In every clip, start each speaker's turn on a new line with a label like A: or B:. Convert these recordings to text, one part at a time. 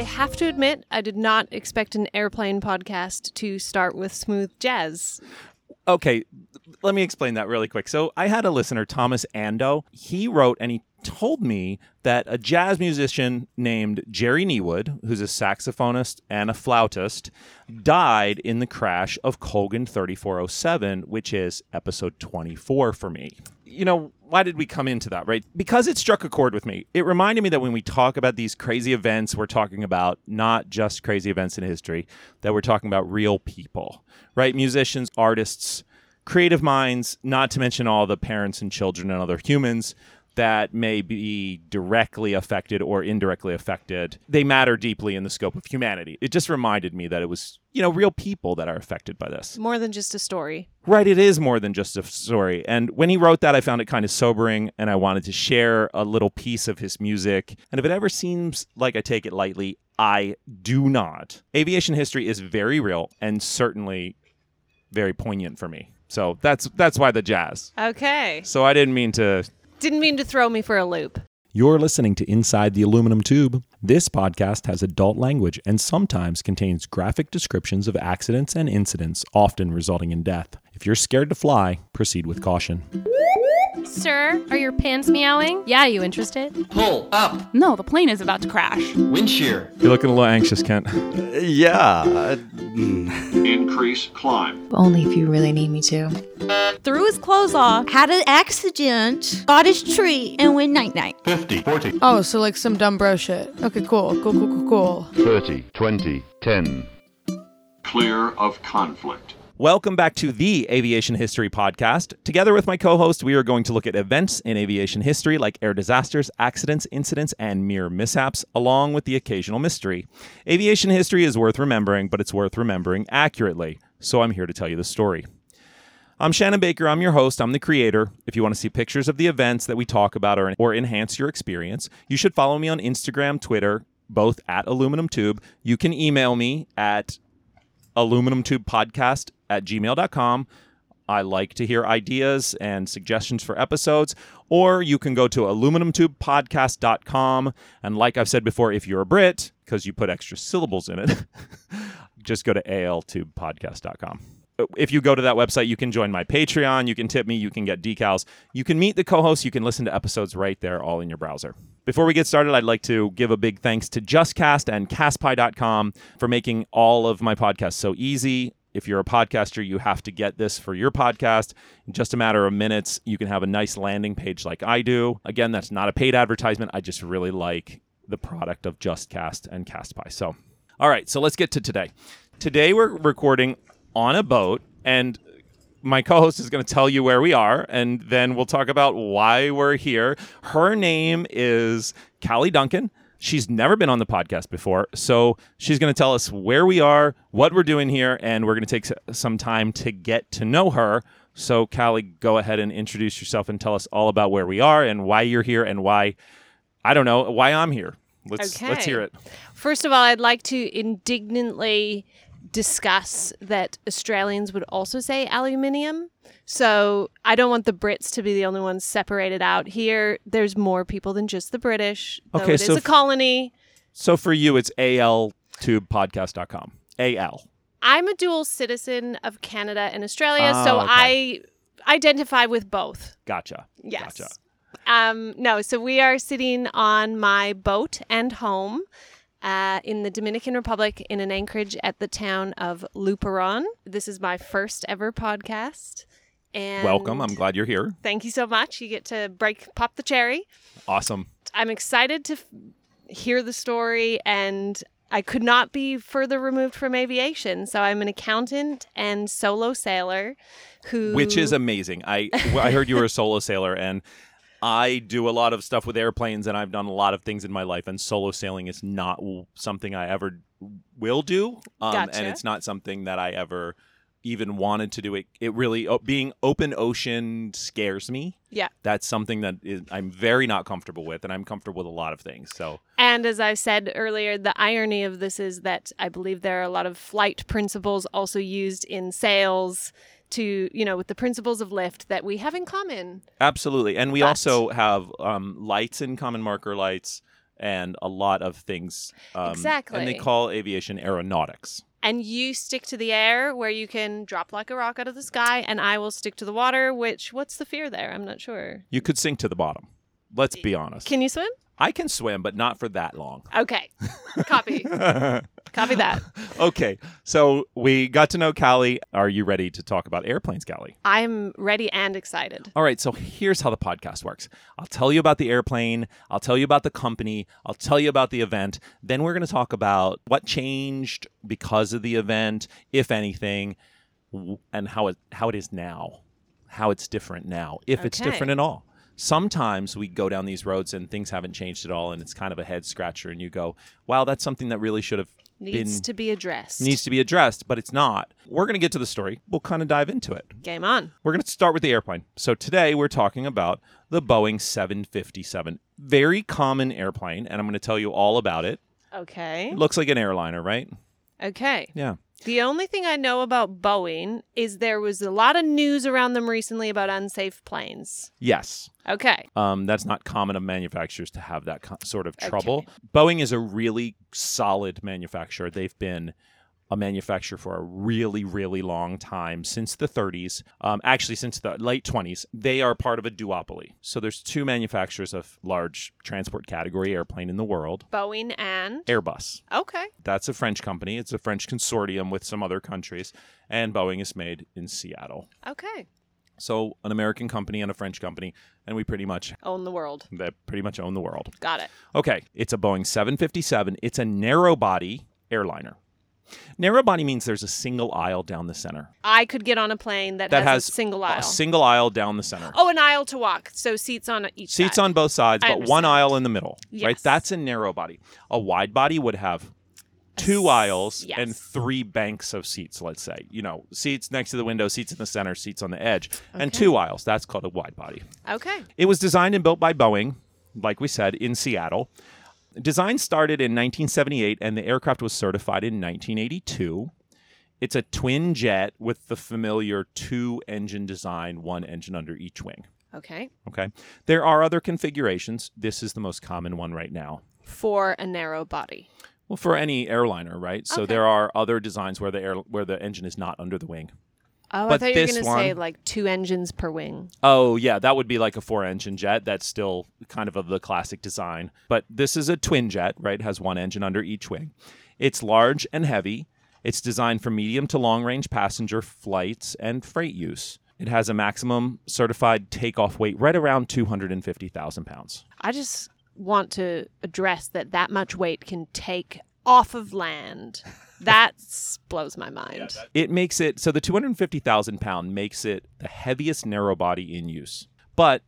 A: have to admit, I did not expect an airplane podcast to start with smooth jazz.
B: Okay, let me explain that really quick. So, I had a listener, Thomas Ando. He wrote and he told me that a jazz musician named Jerry Neewood, who's a saxophonist and a flautist, died in the crash of Colgan 3407, which is episode 24 for me. You know, why did we come into that, right? Because it struck a chord with me. It reminded me that when we talk about these crazy events, we're talking about not just crazy events in history, that we're talking about real people, right? Musicians, artists, creative minds, not to mention all the parents and children and other humans that may be directly affected or indirectly affected. They matter deeply in the scope of humanity. It just reminded me that it was, you know, real people that are affected by this.
A: More than just a story.
B: Right, it is more than just a story. And when he wrote that, I found it kind of sobering and I wanted to share a little piece of his music. And if it ever seems like I take it lightly, I do not. Aviation history is very real and certainly very poignant for me. So that's that's why the jazz.
A: Okay.
B: So I didn't mean to
A: Didn't mean to throw me for a loop.
C: You're listening to Inside the Aluminum Tube. This podcast has adult language and sometimes contains graphic descriptions of accidents and incidents, often resulting in death. If you're scared to fly, proceed with caution.
D: Sir, are your pants meowing? Yeah, you interested?
E: Pull up.
D: No, the plane is about to crash.
E: Wind shear.
B: You're looking a little anxious, Kent.
F: Yeah. uh,
G: Increase climb.
H: Only if you really need me to.
I: Threw his clothes off, had an accident, got his tree, and went night night.
G: 50, 40,
J: Oh, so like some dumb bro shit. Okay, cool, cool, cool, cool, cool.
K: 30, 20, 10.
G: Clear of conflict.
B: Welcome back to the Aviation History Podcast. Together with my co host, we are going to look at events in aviation history like air disasters, accidents, incidents, and mere mishaps, along with the occasional mystery. Aviation history is worth remembering, but it's worth remembering accurately. So I'm here to tell you the story. I'm Shannon Baker. I'm your host. I'm the creator. If you want to see pictures of the events that we talk about or, or enhance your experience, you should follow me on Instagram, Twitter, both at Aluminum Tube. You can email me at aluminumtubepodcast at gmail.com. I like to hear ideas and suggestions for episodes, or you can go to aluminumtubepodcast.com. And like I've said before, if you're a Brit, because you put extra syllables in it, just go to altubepodcast.com. If you go to that website, you can join my Patreon, you can tip me, you can get decals, you can meet the co hosts, you can listen to episodes right there, all in your browser. Before we get started, I'd like to give a big thanks to JustCast and CastPy.com for making all of my podcasts so easy. If you're a podcaster, you have to get this for your podcast. In just a matter of minutes, you can have a nice landing page like I do. Again, that's not a paid advertisement. I just really like the product of JustCast and CastPy. So, all right, so let's get to today. Today, we're recording on a boat, and my co-host is going to tell you where we are and then we'll talk about why we're here her name is callie duncan she's never been on the podcast before so she's going to tell us where we are what we're doing here and we're going to take s- some time to get to know her so callie go ahead and introduce yourself and tell us all about where we are and why you're here and why i don't know why i'm here let's let's
A: Okay.
B: hear it
A: First of all, I'd like to indignantly discuss that Australians would also say aluminium. So I don't want the Brits to be the only ones separated out here. There's more people than just the British. Though
B: Okay,
A: it is
B: so
A: a
B: f-
A: colony.
B: so for you it's altubepodcast.com al
A: I'm a dual citizen of Canada and Australia,
B: Ah,
A: so
B: okay.
A: I identify with both.
B: gotcha
A: Yes.
B: gotcha
A: Um, no, so we are sitting on my boat and home uh, in the Dominican Republic in an anchorage at the town of Luperon. This is my first ever podcast. And
B: welcome i'm glad you're here
A: Thank you so much. You get to break, pop the cherry.
B: awesome
A: I'm excited to f- hear the story, and I could not be further removed from aviation. So I'm an accountant and solo sailor, who
B: which is amazing. I well, I heard you were a solo sailor, and I do a lot of stuff with airplanes, and I've done a lot of things in my life, and solo sailing is not w- something I ever will do, um, and
A: Gotcha.
B: it's not something that I ever even wanted to do. It it really o being open ocean scares me.
A: yeah.
B: That's something that is, I'm very not comfortable with, and I'm comfortable with a lot of things. So
A: And as I said earlier, the irony of this is that I believe there are a lot of flight principles also used in sales to, you know, with the principles of lift that we have in common.
B: Absolutely. And we
A: But-
B: also have um, lights in common marker lights and a lot of things. Um, And
A: Exactly.
B: they call aviation aeronautics.
A: and you stick to the air where you can drop like a rock out of the sky, and I will stick to the water. Which what's the fear there? I'm not sure.
B: You could sink to the bottom. Let's be honest.
A: Can you swim?
B: I can swim, but not for that long.
A: Okay, copy, copy that.
B: okay, so we got to know Callie. Are you ready to talk about airplanes, Callie?
A: I'm ready and excited.
B: All right, so here's how the podcast works. I'll tell you about the airplane, I'll tell you about the company, I'll tell you about the event. Then we're going to talk about what changed because of the event, if anything, w- and how it how it is now, how it's different now, if it's
A: Okay.
B: different at all. Sometimes we go down these roads and things haven't changed at all and it's kind of a head scratcher and you go, "Wow, that's something that really should have
A: Needs
B: been
A: to be addressed.
B: needs to be addressed, but it's not." We're going to get to the story. We'll kind of dive into it.
A: Game on.
B: We're going to start with the airplane. So today we're talking about the Boeing 757. Very common airplane, and I'm going to tell you all about it.
A: Okay.
B: It looks like an airliner, right?
A: Okay.
B: Yeah.
A: The only thing I know about Boeing is there was a lot of news around them recently about unsafe planes.
B: Yes.
A: Okay.
B: Um, that's not common of manufacturers to have that co- sort of trouble. Boeing is a really solid manufacturer. They've been a manufacturer for a really, really long time since the 30s, um, actually, since the late 20s. They are part of a duopoly. So there's two manufacturers of large transport category airplane in the world
A: Boeing and
B: Airbus.
A: Okay.
B: That's a French company. It's a French consortium with some other countries, and Boeing is made in Seattle.
A: Okay.
B: So an American company and a French company, and we pretty much
A: Own the world.
B: they pretty much own the world.
A: Got it.
B: Okay, it's a Boeing 757. It's a narrow body airliner. Narrow body means there's a single aisle down the center.
A: I could get on a plane that,
B: That
A: has,
B: has
A: a single
B: A
A: aisle.
B: single aisle down the center.
A: oh, an aisle to walk. So seats on each
B: Seats
A: side.
B: on both sides,
A: I
B: but one
A: understand.
B: aisle in the middle. Right?
A: Yes.
B: That's a narrow body. A wide body would have two aisles
A: yes.
B: and three banks of seats, let's say. You know, seats next to the window, seats in the center, seats on the edge, and two aisles. That's called a wide body.
A: Okay.
B: It was designed and built by Boeing, like we said, in Seattle. Design started in 1978 and the aircraft was certified in 1982. It's a twin jet with the familiar two engine design, one engine under each wing.
A: Okay.
B: Okay. There are other configurations. This is the most common one right now.
A: For a narrow body.
B: Well, for any airliner, right? So there are other designs where the air where the engine is not under the wing.
A: Oh,
B: But
A: I thought you were
B: this
A: going to say
B: one-
A: like two engines per wing.
B: Oh, yeah, that would be like a four-engine jet. That's still kind of of the classic design. But this is a twin jet, right? It has one engine under each wing. It's large and heavy. It's designed for medium to long-range passenger flights and freight use. It has a maximum certified takeoff weight right around 250,000 pounds.
A: I just want to address that that much weight can take off of land. That s- blows my mind.
B: it makes it so the 250,000 pound makes it the heaviest narrow body in use. But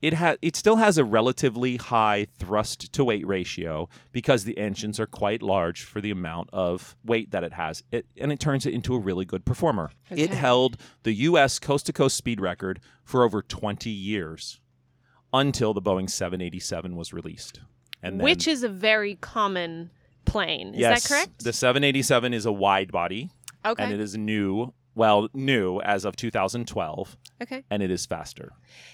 B: it ha- it still has a relatively high thrust to weight ratio because the engines are quite large for the amount of weight that it has. It, and it turns it into a really good performer. It
A: Okay.
B: held the US coast to coast speed record for over 20 years until the Boeing 787 was released. And then,
A: Which is a very common plane. Is
B: yes,
A: that correct?
B: The 787 is a wide body
A: okay.
B: and it is new, well, new as of 2012,
A: okay.
B: and it is faster.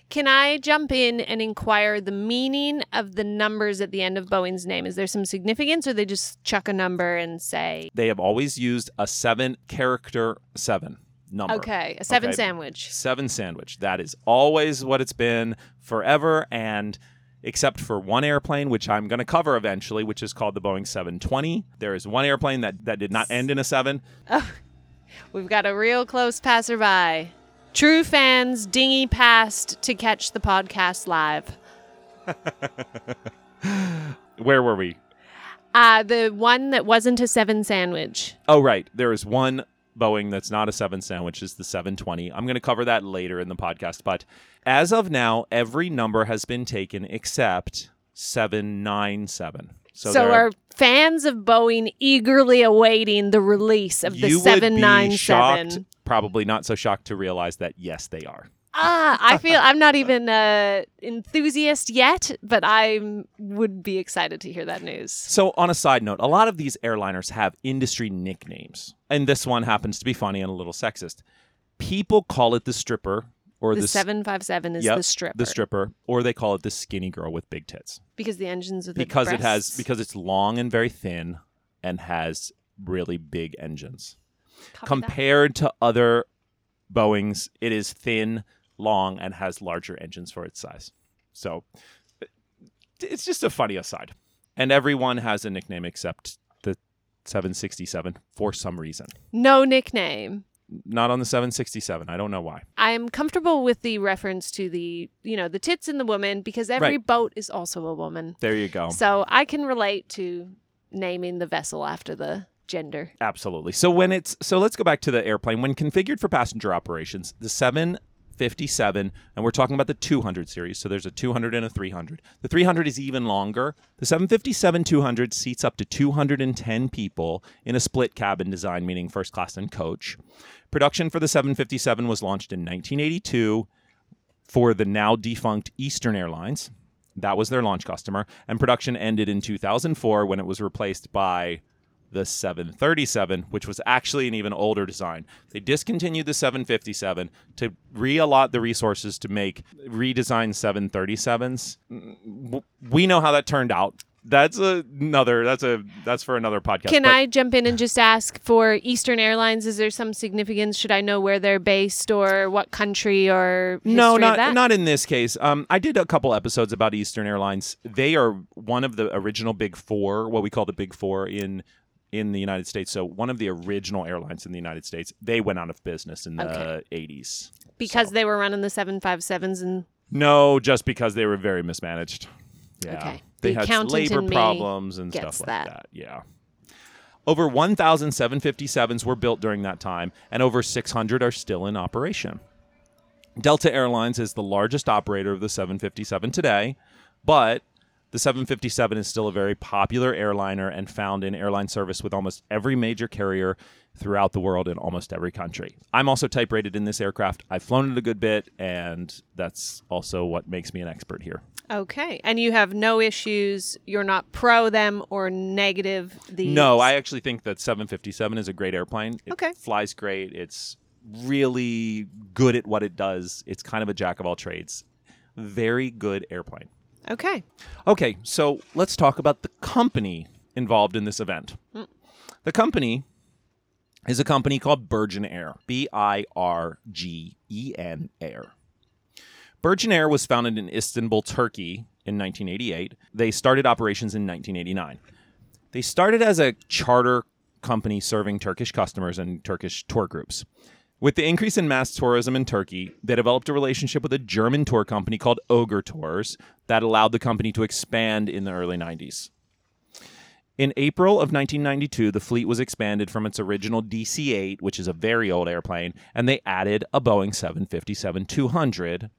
A: Can I jump in and inquire the meaning of the numbers at the end of Boeing's name? Is there some significance or they just chuck a number and say,
B: They have always used a seven character seven number.
A: okay, a seven
B: Okay.
A: sandwich?
B: Seven sandwich. That is always what it's been forever, and except for one airplane, which I'm going to cover eventually, which is called the Boeing 720. There is one airplane that, that did not end in a seven.
A: We've got a real close passerby. True fans dingy past to catch the podcast live.
B: Where were we?
A: Uh, the one that wasn't a seven sandwich.
B: Oh, right. There is one Boeing that's not a seven sandwich, is the 720. I'm going to cover that later in the podcast. But as of now, every number has been taken except 797.
A: So,
B: there
A: are fans of Boeing eagerly awaiting the release of the
B: you would be
A: 797?
B: shocked, probably not so shocked to realize that, yes, they are.
A: Ah, I feel I'm not even a enthusiast yet, but I would be excited to hear that news.
B: So, on a side note, a lot of these airliners have industry nicknames, and this one happens to be funny and a little sexist. People call it the stripper or
A: the
B: s-
A: 757 is
B: yep,
A: the stripper.
B: The stripper, or they call it the skinny girl with big tits
A: Because the engines of the
B: because it has
A: breasts.
B: because it's long and very thin and has really big engines.
A: Copy
B: Compared to other Boeings, it is thin, long, and has larger engines for its size. So it- it's just a funny aside. And everyone has a nickname except the 767 for some reason.
A: that. no nickname.
B: Not on the 767. I don't know why.
A: I'm comfortable with the reference to the, you know, the tits and the woman because every
B: Right. Oh.
A: boat is also a woman.
B: There you go.
A: So I can relate to naming the vessel after the gender.
B: Absolutely. So when it's so let's go back to the airplane. When configured for passenger operations, the 757, and we're talking about the 200 series. So there's a 200 and a 300. The 300 is even longer. The 757 200 seats up to 210 people in a split cabin design, meaning first class and coach. Production for the 757 was launched in 1982 for the now defunct Eastern Airlines. That was their launch customer. And production ended in 2004 when it was replaced by the 737, which was actually an even older design. They discontinued the 757 to reallot the resources to make redesigned 737s. Mm, w- We know how that turned out. That's another. That's a. That's for another podcast.
A: Can
B: but-
A: I jump in and just ask for Eastern Airlines? Is there some significance? Should I know where they're based or what country or history
B: No,
A: of
B: not
A: that?
B: not in this case. Um, I did a couple episodes about Eastern Airlines. They are one of the original Big Four, what we call the Big Four in in the United States. So one of the original airlines in the United States. They went out of business in the
A: Okay.
B: eighties.
A: because they were running the seven five sevens and
B: No, just because they were very mismanaged. Yeah.
A: Okay.
B: They
A: The
B: had
A: accountant
B: labor
A: in me
B: problems and
A: gets
B: stuff like
A: that.
B: that. Yeah. Over 1,000 757s were built during that time, and over 600 are still in operation. Delta Airlines is the largest operator of the 757 today, but the 757 is still a very popular airliner and found in airline service with almost every major carrier throughout the world in almost every country. I'm also type rated in this aircraft. I've flown it a good bit, and that's also what makes me an expert here.
A: okay, and you have no issues. You're not pro them or negative the
B: No, I actually think that 757 is a great airplane. It
A: Okay.
B: flies great. It's really good at what it does. It's kind of a jack of all trades. Very good airplane.
A: okay.
B: Okay, so let's talk about the company involved in this event. The company is a company called Virgin Air, B I R G E N Air. Virgin Air was founded in Istanbul, Turkey in 1988. They started operations in 1989. They started as a charter company serving Turkish customers and Turkish tour groups. With the increase in mass tourism in Turkey, they developed a relationship with a German tour company called Ogre Tours that allowed the company to expand in the early 90s. In April of 1992, the fleet was expanded from its original DC 8, which is a very old airplane, and they added a Boeing 757 200.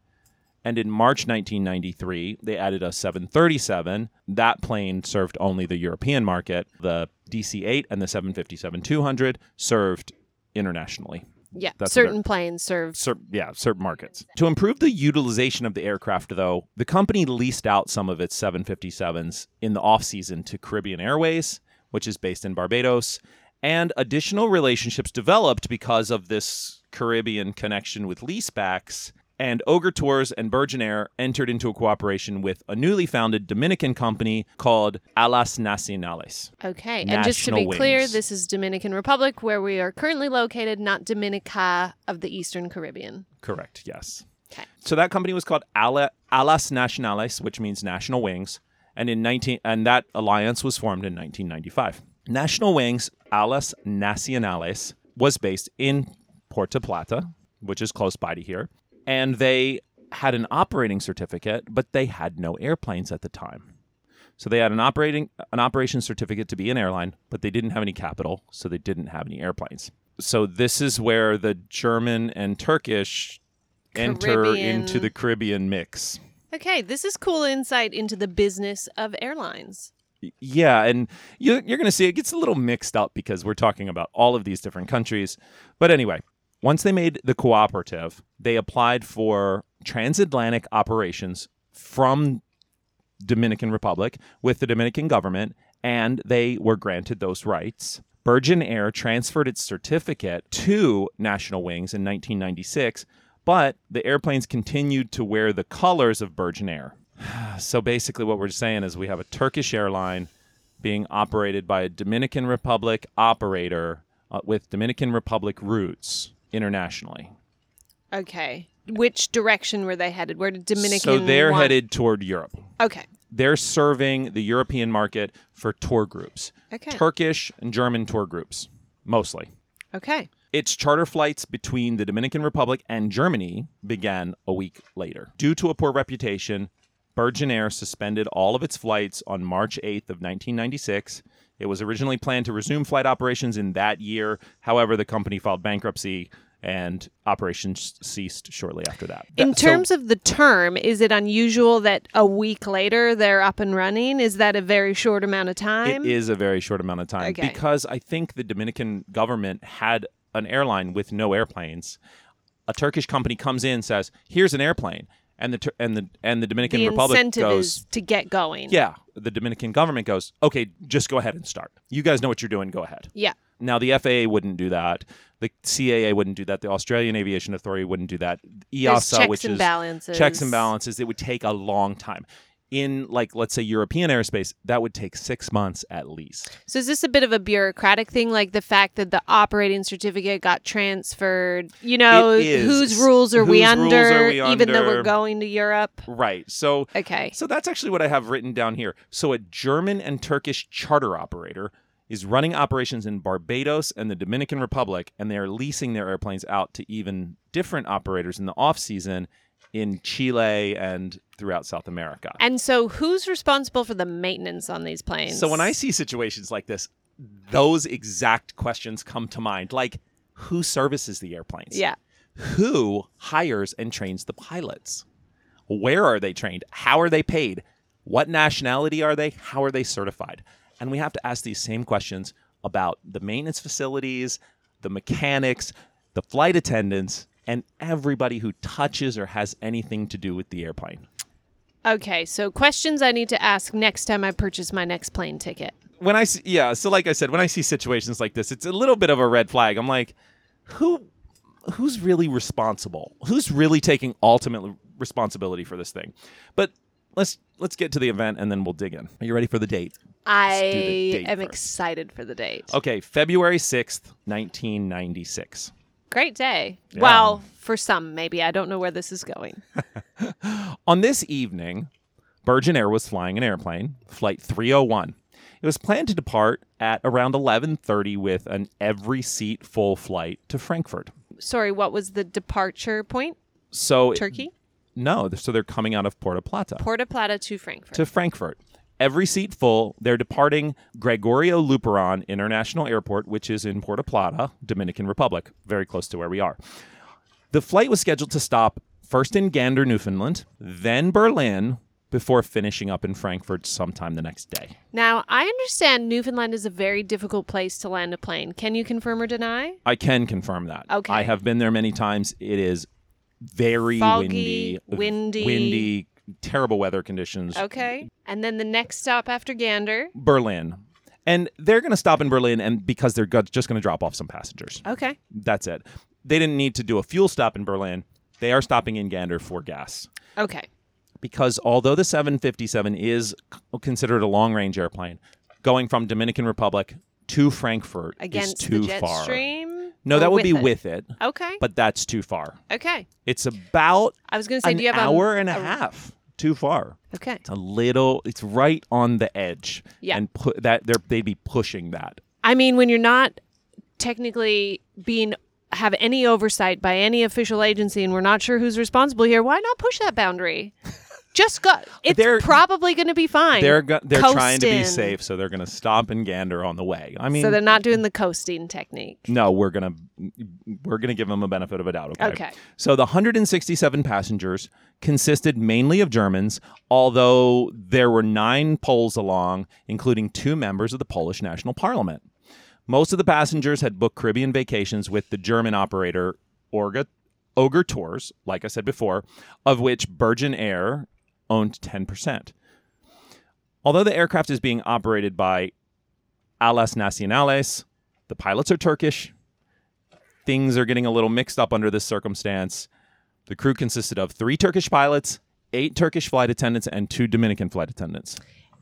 B: And in March 1993, they added a 737. That plane served only the European market. The DC 8 and the 757 200 served internationally
A: Yeah,
B: That's what
A: certain
B: they're-
A: planes serve.
B: cer- yeah, certain markets. To improve the utilization of the aircraft, though, the company leased out some of its 757s in the off season to Caribbean Airways, which is based in Barbados, and additional relationships developed because of this Caribbean connection with leasebacks. And Ogre Tours and Virgin Air entered into a cooperation with a newly founded Dominican company called Alas Nacionales.
A: Okay, and just to be
B: National
A: clear,
B: wings.
A: this is Dominican Republic where we are currently located, not Dominica of the Eastern Caribbean.
B: Correct. Yes.
A: Okay.
B: So that company was called Ala, Alas Nacionales, which means National Wings, and in 19 and that alliance was formed in 1995. National Wings Alas Nacionales was based in Puerto Plata, which is close by to here, and they had an operating certificate, but they had no airplanes at the time. So they had an operating an operations certificate to be an airline, but they didn't have any capital, so they didn't have any airplanes. So this is where the German and Turkish enter
A: Caribbean.
B: into the Caribbean mix.
A: Okay, this is cool insight into the business of airlines.
B: Y- Yeah, and you, you're going to see it gets a little mixed up because we're talking about all of these different countries. But anyway, once they made the cooperative, they applied for transatlantic operations from Dominican Republic with the Dominican government, and they were granted those rights. Virgin Air transferred its certificate to National Wings in 1996, But the airplanes continued to wear the colors of Virgin Air. So basically, what we're saying is we have a Turkish airline being operated by a Dominican Republic operator uh, with Dominican Republic roots internationally.
A: Okay. Which direction were they headed? Where did Dominican?
B: so they're
A: want-
B: headed toward Europe.
A: Okay.
B: They're serving the European market for tour groups,
A: Okay.
B: Turkish and German tour groups mostly.
A: Okay.
B: Its charter flights between the Dominican Republic and Germany began a week later. Due to a poor reputation, Virgin Air suspended all of its flights on March 8th of 1996. It was originally planned to resume flight operations in that year. However, the company filed bankruptcy and operations ceased shortly after that.
A: In
B: That- so-
A: terms of the term, is it unusual that a week later they're up and running? Is that a very short amount of time?
B: It is a very short amount of time
A: Okay.
B: because I think the Dominican government had an airline with no airplanes. A Turkish company comes in says, "Here's an airplane," and the Tur- and the and the Dominican
A: the
B: Republic
A: incentive
B: goes,
A: is to get going.
B: "Yeah." The Dominican government goes, "Okay, just go ahead and start. You guys know what you're doing. Go ahead."
A: Yeah.
B: Now the FAA wouldn't do that. The CAA wouldn't do that. The Australian Aviation Authority wouldn't do that. E
A: There's
B: EASA,
A: checks
B: which
A: and
B: is
A: balances.
B: checks and balances, it would take a long time. In like let's say European airspace, that would take six months at least.
A: So is this a bit of a bureaucratic thing, like the fact that the operating certificate got transferred? You know,
B: It is.
A: whose rules are we
B: Whose rules are
A: under?
B: we
A: Even though
B: under?
A: we're going to Europe.
B: Right. So
A: Okay.
B: so that's actually what I have written down here. So a German and Turkish charter operator is running operations in Barbados and the Dominican Republic and they are leasing their airplanes out to even different operators in the off season in Chile and throughout South America.
A: And so, who's responsible for the maintenance on these planes?
B: So when I see situations like this, those exact questions come to mind. Like who services the airplanes?
A: yeah,
B: who hires and trains the pilots? Where are they trained? How are they paid? What nationality are they? How are they certified? And we have to ask these same questions about the maintenance facilities, the mechanics, the flight attendants, and everybody who touches or has anything to do with the airplane.
A: okay. So questions I need to ask next time I purchase my next plane ticket.
B: When I see, yeah, so like I said, when I see situations like this, it's a little bit of a red flag. I'm like, who who's really responsible? Who's really taking ultimate responsibility for this thing? But let's let's get to the event and then we'll dig in. Are you ready for the date?
A: I
B: Let's do the date
A: am
B: first. Oh.
A: excited for the date.
B: Okay, February 6th, 1996.
A: Great day. Well, for some, maybe I don't know where this is going.
B: On this evening, Virgin Air was flying an airplane, flight 301. It was planned to depart at around 11:30 with an every seat full flight to Frankfurt.
A: Sorry, what was the departure point?
B: So
A: Turkey,
B: No, so they're coming out of Puerto Plata.
A: Puerto Plata to Frankfurt.
B: to Frankfurt. Every seat full. They're departing Gregorio Luperon International Airport, which is in Puerto Plata, Dominican Republic, very close to where we are. The flight was scheduled to stop first in Gander, Newfoundland, then Berlin, before finishing up in Frankfurt sometime the next day.
A: now, I understand Newfoundland is a very difficult place to land a plane. Can you confirm or deny?
B: I can confirm that.
A: Okay.
B: I have been there many times. It is very
A: Foggy,
B: windy,
A: windy.
B: windy, terrible weather conditions.
A: Okay. And then the next stop after Gander.
B: Berlin. And they're going to stop in Berlin and because they're go- just going to drop off some passengers.
A: Okay.
B: That's it. They didn't need to do a fuel stop in Berlin. They are stopping in Gander for gas.
A: Okay.
B: Because although the 757 is c- considered a long range airplane, going from Dominican Republic to Frankfurt
A: Against
B: is too
A: the jet
B: far.
A: stream.
B: No,
A: Or
B: that would be
A: it?
B: with it,
A: Okay.
B: but that's too far.
A: okay.
B: It's about
A: I was going to say,
B: an
A: do you have um, a-
B: hour and a half too far.
A: Okay.
B: It's a little. It's right on the edge.
A: Yeah.
B: And put that they're, they'd be pushing that.
A: I mean, when you're not technically being have any oversight by any official agency, and we're not sure who's responsible here, why not push that boundary? Just go. It's
B: They're-
A: probably going to be fine.
B: They're go- they're
A: Coast
B: trying to be
A: in.
B: safe, so they're going to stop and gander on the way. I mean, Mm,
A: so they're not doing the coasting technique.
B: no, we're gonna we're gonna give them a benefit of a doubt. Okay.
A: Okay.
B: So the 167 passengers consisted mainly of Germans, although there were nine Poles along, including two members of the Polish National Parliament. Most of the passengers had booked Caribbean vacations with the German operator Orga Ogre Tours, like I said before, of which Virgin Air owned 10%. Although the aircraft is being operated by Alas Nacionales, the pilots are Turkish. Things are getting a little mixed up under this circumstance. The crew consisted of three Turkish pilots, eight Turkish flight attendants, and two Dominican flight attendants.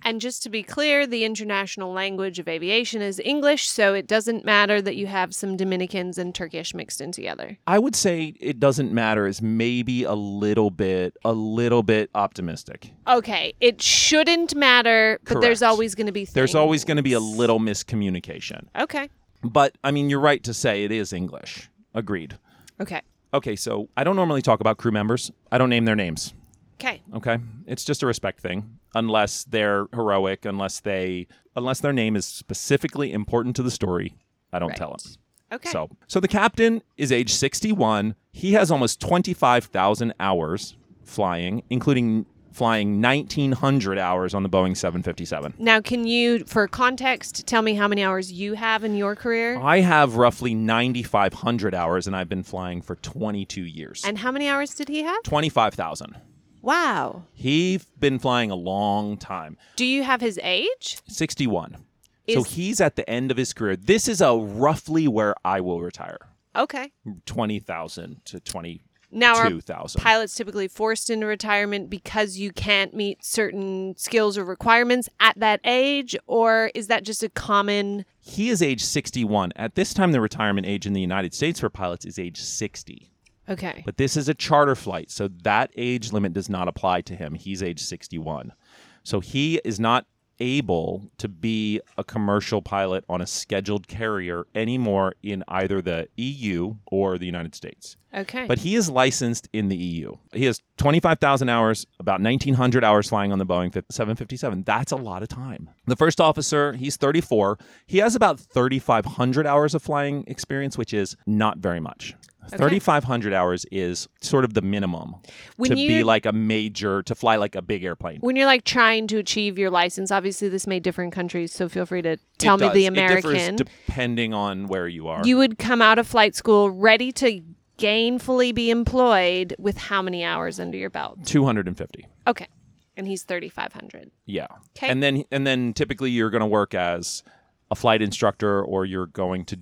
A: And just to be clear, the international language of aviation is English, so it doesn't matter that you have some Dominicans and Turkish mixed in together.
B: I would say it doesn't matter is maybe a little bit a little bit optimistic.
A: Okay, it shouldn't matter, but there's
B: Correct.
A: always going to be things.
B: There's always going to be a little miscommunication.
A: Okay.
B: But I mean, you're right to say it is English. Agreed.
A: Okay.
B: Okay, so I don't normally talk about crew members. I don't name their names.
A: Okay.
B: Okay? It's just a respect thing. Unless they're heroic, unless they unless their name is specifically important to the story, I don't tell them.
A: Okay.
B: So, so the captain is age 61. He has almost 25,000 hours flying, including flying 1900 hours on the Boeing 757.
A: Now, can you, for context, tell me how many hours you have in your career?
B: I have roughly 9500 hours and I've been flying for 22 years.
A: And how many hours did he have?
B: 25,000.
A: Wow.
B: He's been flying a long time.
A: Do you have his age?
B: 61. so
A: Is-
B: he's at the end of his career. This is a roughly where I will retire.
A: Okay.
B: 20,000 to 20
A: Now, are
B: 2,000.
A: pilots typically forced into retirement because you can't meet certain skills or requirements at that age? Or is that just a common.
B: He is age 61. At this time, the retirement age in the United States for pilots is age 60.
A: Okay.
B: But this is a charter flight, so that age limit does not apply to him. He's age 61. So he is not able to be a commercial pilot on a scheduled carrier anymore in either the EU or the United States.
A: Okay.
B: But he is licensed in the EU. He has 25,000 hours, about 1,900 hours flying on the Boeing 757. That's a lot of time. The first officer, he's 34. He has about 3,500 hours of flying experience, which is not very much. 3,500 hours is sort of the minimum
A: When
B: to be
A: you-
B: like a major, to fly like a big airplane.
A: when you're like trying to achieve your license, obviously this may differ in countries, so feel free to tell
B: It
A: me the
B: does. It
A: American.
B: differs depending on where you are.
A: you would come out of flight school ready to gainfully be employed with how many hours under your belt?
B: 250.
A: Okay. And he's 3,500.
B: Yeah.
A: 'Kay.
B: And then and then typically you're going to work as a flight instructor or you're going to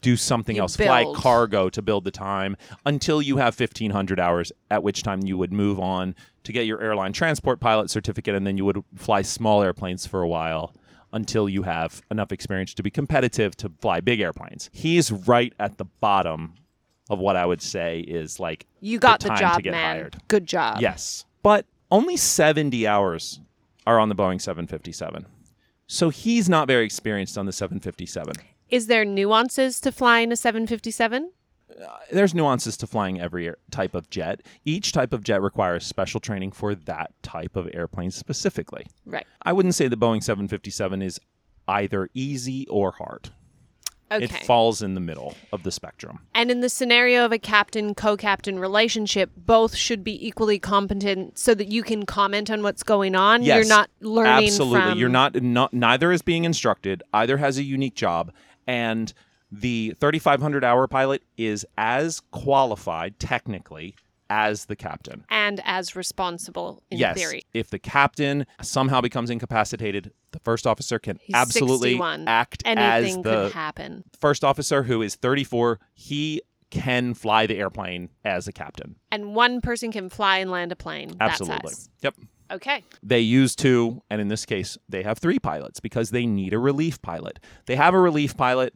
B: do something
A: You
B: else, fly
A: build.
B: cargo to build the time until you have 1500 hours at which time you would move on to get your airline transport pilot certificate and then you would fly small airplanes for a while until you have enough experience to be competitive to fly big airplanes. He's right at the bottom of what I would say is like
A: You got the,
B: time
A: job,
B: to get
A: man.
B: hired.
A: Good job.
B: Yes. But only 70 hours are on the Boeing 757. So he's not very experienced on the 757.
A: Is there nuances to flying a 757?
B: There's nuances to flying every air- type of jet. Each type of jet requires special training for that type of airplane specifically.
A: Right.
B: I wouldn't say the Boeing 757 is either easy or hard.
A: Okay.
B: It falls in the middle of the spectrum.
A: and in the scenario of a captain co captain relationship, both should be equally competent so that you can comment on what's going on.
B: Yes,
A: You're not learning.
B: Absolutely,
A: from-
B: you're not, not. Neither is being instructed. Either has a unique job, and the 3,500 hour pilot is as qualified technically as the captain.
A: And as responsible in
B: yes,
A: theory.
B: if the captain somehow becomes incapacitated, the first officer can
A: He's
B: absolutely
A: 61.
B: act
A: Anything
B: as
A: could
B: the
A: happen.
B: first officer who is 34. He can fly the airplane as a captain.
A: And one person can fly and land a plane.
B: Absolutely.
A: That's us.
B: Yep.
A: Okay.
B: they use two, and in this case, they have three pilots because they need a relief pilot. They have a relief pilot.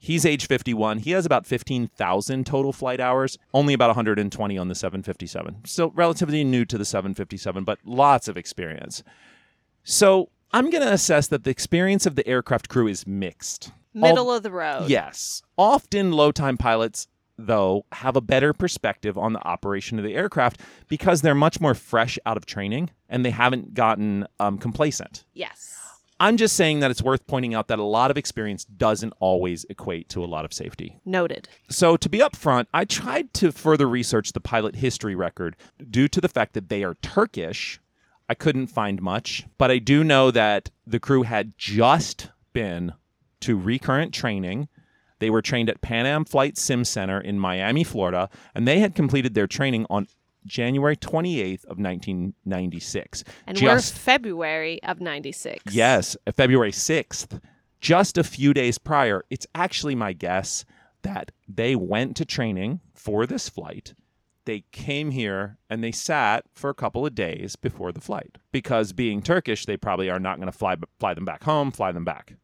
B: He's age 51. He has about 15,000 total flight hours, only about 120 on the 757. So, relatively new to the 757, but lots of experience. So, I'm going to assess that the experience of the aircraft crew is mixed.
A: Middle of the road.
B: Yes. Often low time pilots, though, have a better perspective on the operation of the aircraft because they're much more fresh out of training and they haven't gotten um, complacent.
A: Yes.
B: I'm just saying that it's worth pointing out that a lot of experience doesn't always equate to a lot of safety.
A: Noted.
B: So, to be upfront, I tried to further research the pilot history record due to the fact that they are Turkish. I couldn't find much, but I do know that the crew had just been to recurrent training. They were trained at Pan Am Flight Sim Center in Miami, Florida, and they had completed their training on January 28th of 1996.
A: And
B: just
A: we're February of 96.
B: Yes, February 6th, just a few days prior. It's actually my guess that they went to training for this flight. they came here and they sat for a couple of days before the flight because being Turkish, they probably are not going to fly fly them back home, fly them back.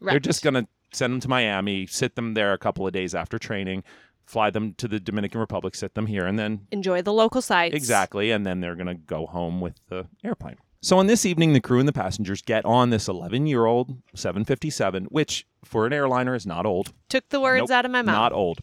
B: They're
A: Right.
B: just going to send them to Miami, sit them there a couple of days after training, fly them to the Dominican Republic, sit them here, and then
A: Enjoy the local sights.
B: Exactly. And then they're going to go home with the airplane. So on this evening, the crew and the passengers get on this 11 year old 757, which for an airliner is not old.
A: Took the words
B: Nope,
A: out of my mouth.
B: Not old.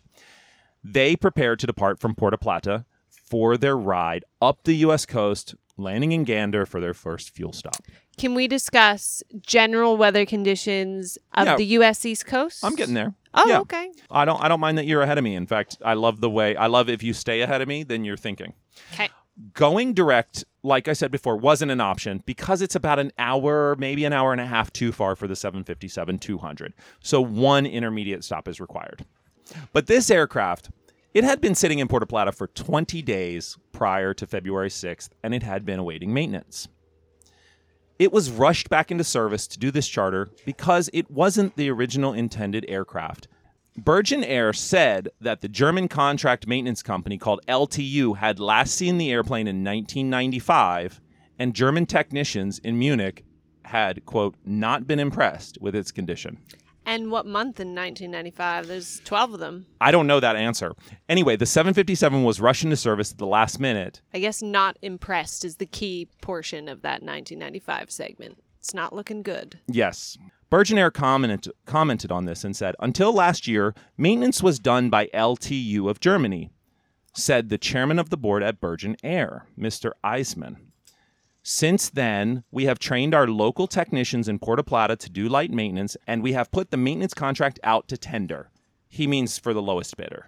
B: They prepare to depart from Puerto Plata for their ride up the U.S. coast, landing in Gander for their first fuel stop.
A: Can we discuss general weather conditions of
B: Yeah.
A: the U.S. East Coast?
B: I'm getting there.
A: Oh,
B: Yeah.
A: okay.
B: I don't. I don't mind that you're ahead of me. In fact, I love the way. I love if you stay ahead of me, then you're thinking.
A: 'Kay.
B: Going direct, like I said before, wasn't an option because it's about an hour, maybe an hour and a half too far for the 757 200. So one intermediate stop is required. But this aircraft, it had been sitting in Puerto Plata for 20 days prior to February 6th, and it had been awaiting maintenance. It was rushed back into service to do this charter because it wasn't the original intended aircraft. Virgin Air said that the German contract maintenance company called LTU had last seen the airplane in 1995, and German technicians in Munich had, quote, not been impressed with its condition.
A: And what month in 1995? There's 12 of them.
B: I don't know that answer. Anyway, the 757 was rushed into service at the last minute.
A: I guess not impressed is the key portion of that 1995 segment. It's not looking good.
B: Yes. Virgin Air commented, commented on this and said, until last year, maintenance was done by LTU of Germany, said the chairman of the board at Virgin Air, Mr. Eisman. Since then, we have trained our local technicians in Puerto Plata to do light maintenance, and we have put the maintenance contract out to tender. He means for the lowest bidder.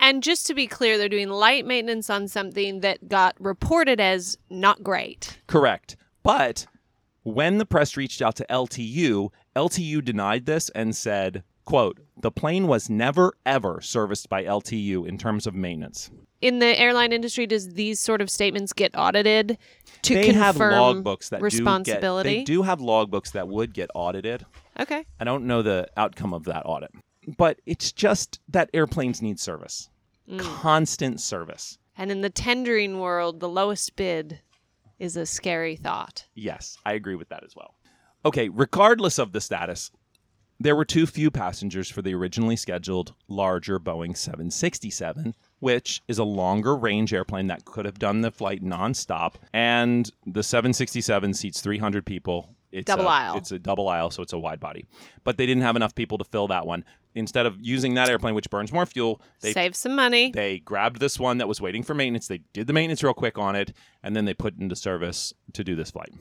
A: And just to be clear, they're doing light maintenance on something that got reported as not great.
B: Correct. But when the press reached out to LTU, LTU denied this and said, quote, the plane was never ever serviced by LTU in terms of maintenance.
A: In the airline industry, does these sort of statements get audited to
B: they
A: confirm
B: have logbooks that Do
A: responsibility?
B: get, they do have logbooks that would get audited.
A: Okay.
B: I don't know the outcome of that audit. But it's just that airplanes need service.
A: Mm.
B: Constant service.
A: And in the tendering world, the lowest bid is a scary thought.
B: Yes, I agree with that as well. Okay, regardless of the status, there were too few passengers for the originally scheduled larger Boeing 767, which is a longer range airplane that could have done the flight nonstop. And the 767 seats 300 people. It's
A: Double
B: a,
A: aisle.
B: It's a double aisle, so it's a wide body. But they didn't have enough people to fill that one. Instead of using that airplane, which burns more fuel, they
A: Save some money.
B: they grabbed this one that was waiting for maintenance. They did the maintenance real quick on it, and then they put it into service to do this flight.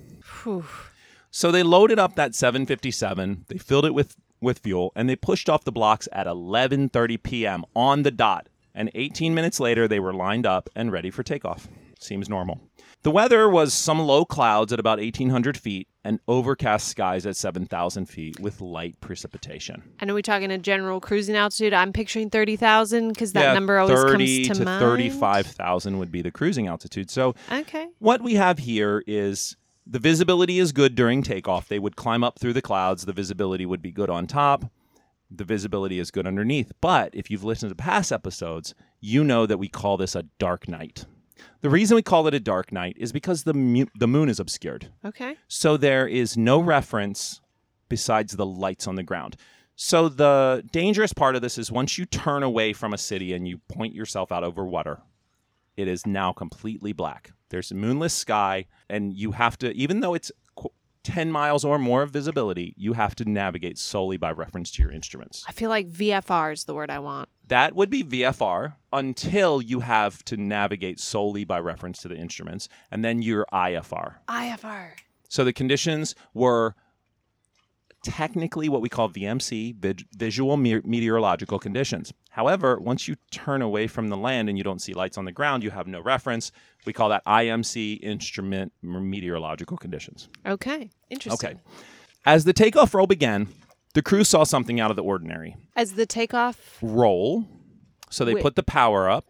B: So they loaded up that 757. They filled it with with fuel, and they pushed off the blocks at 11:30 p.m. on the dot. And 18 minutes later, they were lined up and ready for takeoff. Seems normal. The weather was some low clouds at about 1,800 feet and overcast skies at 7,000 feet with light precipitation.
A: I know we're talking a general cruising altitude. I'm picturing 30,000 because that
B: Yeah,
A: number always
B: 30
A: comes to,
B: to
A: mind.
B: 35,000 would be the cruising altitude. So
A: Okay.
B: what we have here is the visibility is good during takeoff. They would climb up through the clouds. The visibility would be good on top. The visibility is good underneath. But if you've listened to past episodes, you know that we call this a dark night. The reason we call it a dark night is because the mu- the moon is obscured.
A: Okay.
B: So there is no reference besides the lights on the ground. So the dangerous part of this is once you turn away from a city and you point yourself out over water, it is now completely black. There's a moonless sky, and you have to, even though it's qu- 10 miles or more of visibility, you have to navigate solely by reference to your instruments.
A: I feel like VFR is the word I want.
B: That would be VFR until you have to navigate solely by reference to the instruments, and then your IFR,
A: IFR.
B: so the conditions were technically what we call VMC, vid- visual me- meteorological conditions. However, once you turn away from the land and you don't see lights on the ground, you have no reference. We call that IMC, instrument meteorological conditions.
A: Okay. Interesting.
B: Okay. As the takeoff roll began, the crew saw something out of the ordinary.
A: As the takeoff,
B: Roll. So they
A: Wait.
B: put the power up.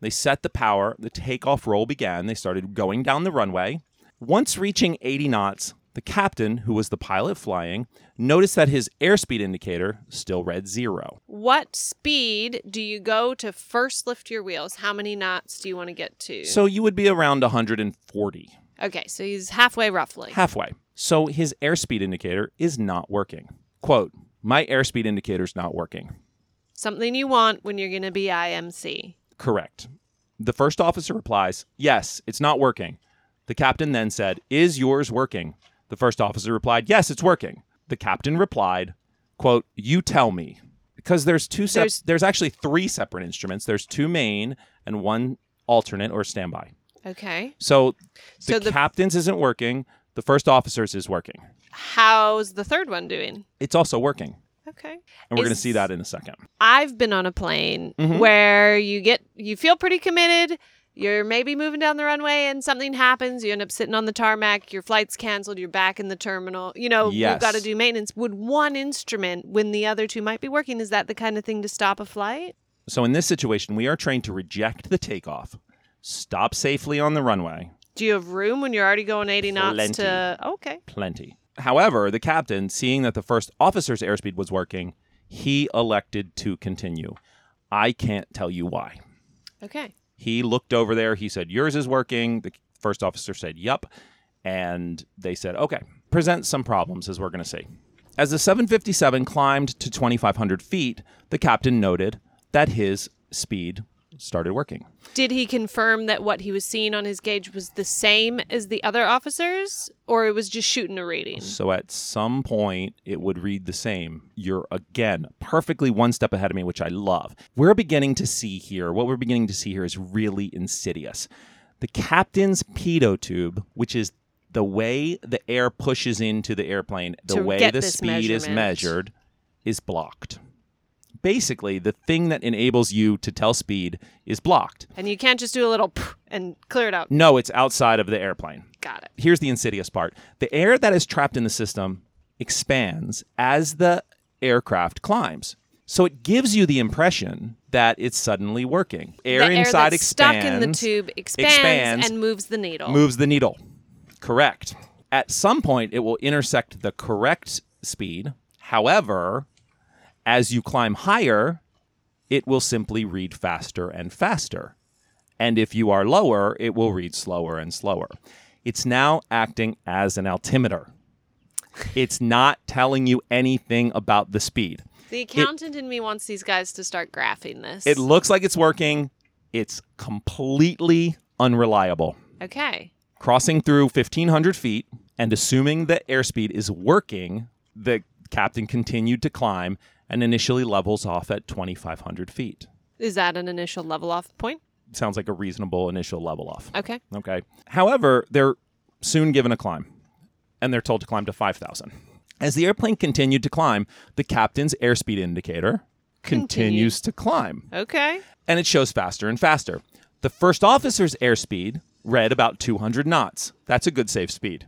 B: They set the power. The takeoff roll began. They started going down the runway. Once reaching 80 knots, The captain, who was the pilot flying, noticed that his airspeed indicator still read zero.
A: What speed do you go to first lift your wheels? How many knots do you want to get to?
B: So you would be around 140,
A: okay, so he's halfway roughly.
B: halfway. So his airspeed indicator is not working. Quote, my airspeed indicator's not working.
A: Something you want when you're going to be IMC.
B: Correct. The first officer replies, Yes, it's not working. The captain then said, Is yours working? The first officer replied, Yes, it's working. The captain replied, quote, You tell me. Because there's two sep- there's,
A: There's-
B: actually three separate instruments. There's two main and one alternate or standby.
A: Okay.
B: So the,
A: So the-
B: captain's isn't working, the first officer's is working.
A: How's the third one doing?
B: It's also working.
A: Okay.
B: And we're going to
A: Is-
B: see that in a second.
A: I've been on a plane
B: Mhm.
A: where you get you feel pretty committed. You're maybe moving down the runway and something happens. You end up sitting on the tarmac. Your flight's canceled. You're back in the terminal. You know
B: Yes.
A: you've got to do maintenance. Would one instrument, when the other two might be working, is that the kind of thing to stop a flight?
B: So in this situation, we are trained to reject the takeoff, stop safely on the runway,
A: Do you have room when you're already going 80 knots to? Okay.
B: plenty. However, the captain, seeing that the first officer's airspeed was working, he elected to continue. I can't tell you why.
A: Okay.
B: He looked over there. He said, Yours is working. The first officer said, Yup. And they said, Okay, present some problems, as we're going to see. As the 757 climbed to 2,500 feet, the captain noted that his speed started working.
A: Did he confirm that what he was seeing on his gauge was the same as the other officers, or it was just shooting a reading?
B: So at some point, it would read the same. You're again perfectly one step ahead of me, which I love. We're beginning to see here, what we're beginning to see here is really insidious. The captain's pedo tube, which is the way the air pushes into the airplane, the
A: To
B: way
A: get
B: the
A: this
B: speed is
A: measurement.
B: measured, is blocked. Basically, the thing that enables you to tell speed is blocked.
A: And you can't just do a little and clear it out.
B: No, it's outside of the airplane
A: Got it.
B: here's the insidious part the air that is trapped in the system expands as the aircraft climbs so it gives you the impression that it's suddenly working air
A: the
B: inside
A: air that's
B: expands
A: stuck in the tube expands,
B: expands,
A: and moves the needle.
B: moves the needle correct at some point it will intersect the correct speed however as you climb higher it will simply read faster and faster and if you are lower, it will read slower and slower. It's now acting as an altimeter. It's not telling you anything about the speed.
A: The accountant in me wants these guys to start graphing this.
B: It looks like it's working, it's completely unreliable.
A: okay.
B: Crossing through 1,500 feet and assuming the airspeed is working, the captain continued to climb and initially levels off at 2,500 feet.
A: Is that an initial level off point?
B: Sounds like a reasonable initial level off.
A: Okay.
B: Okay. However, they're soon given a climb and they're told to climb to 5,000. As the airplane continued to climb, the captain's airspeed indicator continues to climb
A: Okay.
B: and it shows faster and faster. The first officer's airspeed read about 200 knots. That's a good safe speed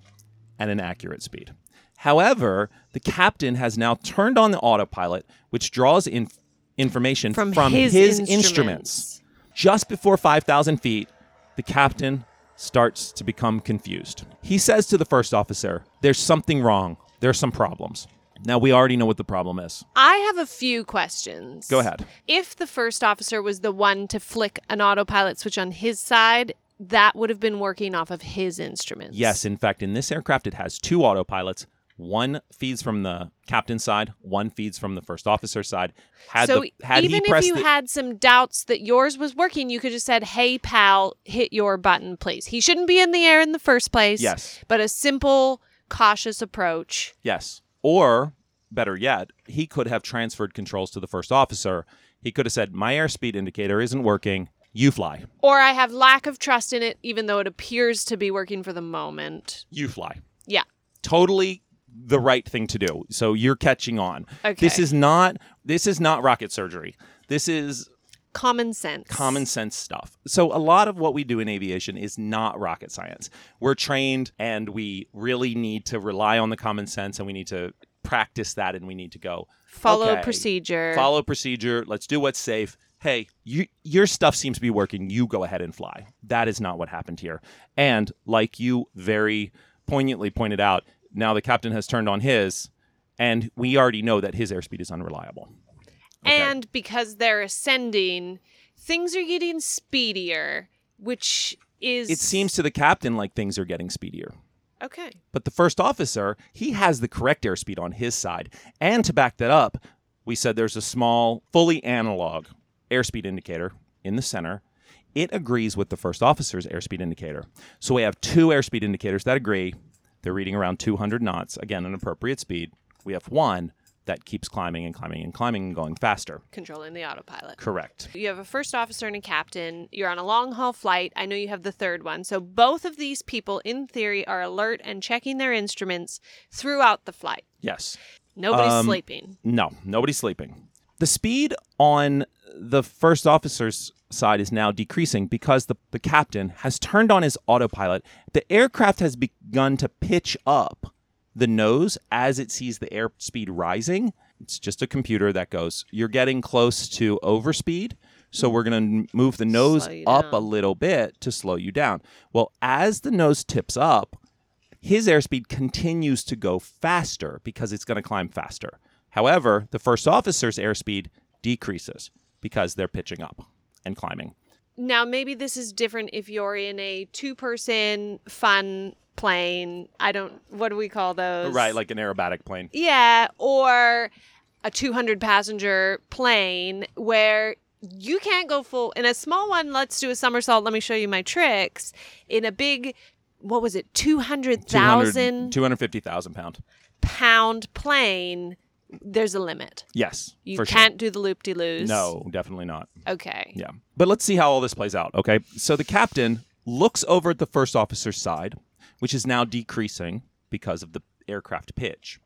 B: and an accurate speed. However, the captain has now turned on the autopilot, which draws in information from, his, instruments just before 5,000 feet, the captain starts to become confused. He says to the first officer, There's something wrong. There's some problems. Now, we already know what the problem is.
A: I have a few questions.
B: Go ahead.
A: If the first officer was the one to flick an autopilot switch on his side, that would have been working off of his instruments.
B: Yes, in fact, in this aircraft, it has two autopilots. One feeds from the captain's side, one feeds from the first officer's side. Had
A: so
B: the, had
A: even if
B: he pressed
A: you
B: the-
A: had some doubts that yours was working, you could just said, "Hey pal, hit your button, please." He shouldn't be in the air in the first place.
B: Yes.
A: but a simple, cautious approach.
B: Yes. Or better yet, he could have transferred controls to the first officer. He could have said, My airspeed indicator isn't working. You fly.
A: Or I have lack of trust in it, even though it appears to be working for the moment.
B: You fly.
A: Yeah.
B: totally the right thing to do. So you're catching on. This
A: Okay.
B: is not this is not rocket surgery. This is
A: Common sense.
B: common sense stuff. So a lot of what we do in aviation is not rocket science. We're trained and we really need to rely on the common sense and we need to practice that and we need to go
A: Follow
B: okay,
A: procedure.
B: Follow procedure. Let's do what's safe. Hey, you, your stuff seems to be working. You go ahead and fly. That is not what happened here. And like you very poignantly pointed out, Now the captain has turned on his, and we already know that his airspeed is unreliable.
A: And because they're ascending, things are getting speedier, which is
B: It seems to the captain like things are getting speedier.
A: okay.
B: But the first officer, he has the correct airspeed on his side. And to back that up, we said there's a small, fully analog airspeed indicator in the center. It agrees with the first officer's airspeed indicator. So we have two airspeed indicators that agree. They're reading around 200 knots, again, an appropriate speed. We have one that keeps climbing and climbing and climbing and going faster.
A: Controlling the autopilot.
B: Correct.
A: You have a first officer and a captain. You're on a long haul flight. I know you have the third one. So both of these people, in theory, are alert and checking their instruments throughout the flight.
B: Yes.
A: Nobody's
B: Um,
A: sleeping.
B: No, nobody's sleeping. The speed on the first officer's side is now decreasing because the, the captain has turned on his autopilot. The aircraft has begun to pitch up the nose as it sees the airspeed rising. It's just a computer that goes, you're getting close to overspeed. So we're going to move the nose
A: Slow you
B: up
A: down.
B: a little bit to slow you down. Well, as the nose tips up, his airspeed continues to go faster because it's going to climb faster. However, the first officer's airspeed decreases because they're pitching up and climbing.
A: Now, maybe this is different if you're in a two person fun plane. I don't, what do we call those?
B: Right, like an aerobatic plane.
A: Yeah, or a 200 passenger plane where you can't go full. In a small one, let's do a somersault. Let me show you my tricks. In a big, what was it, 200,000
B: 250,000 pound.
A: pound plane, there's a limit.
B: Yes.
A: You
B: for sure.
A: can't do the loop de loos.
B: No, definitely not.
A: Okay.
B: Yeah. But let's see how all this plays out, okay? So the captain looks over at the first officer's side, which is now decreasing because of the aircraft pitch.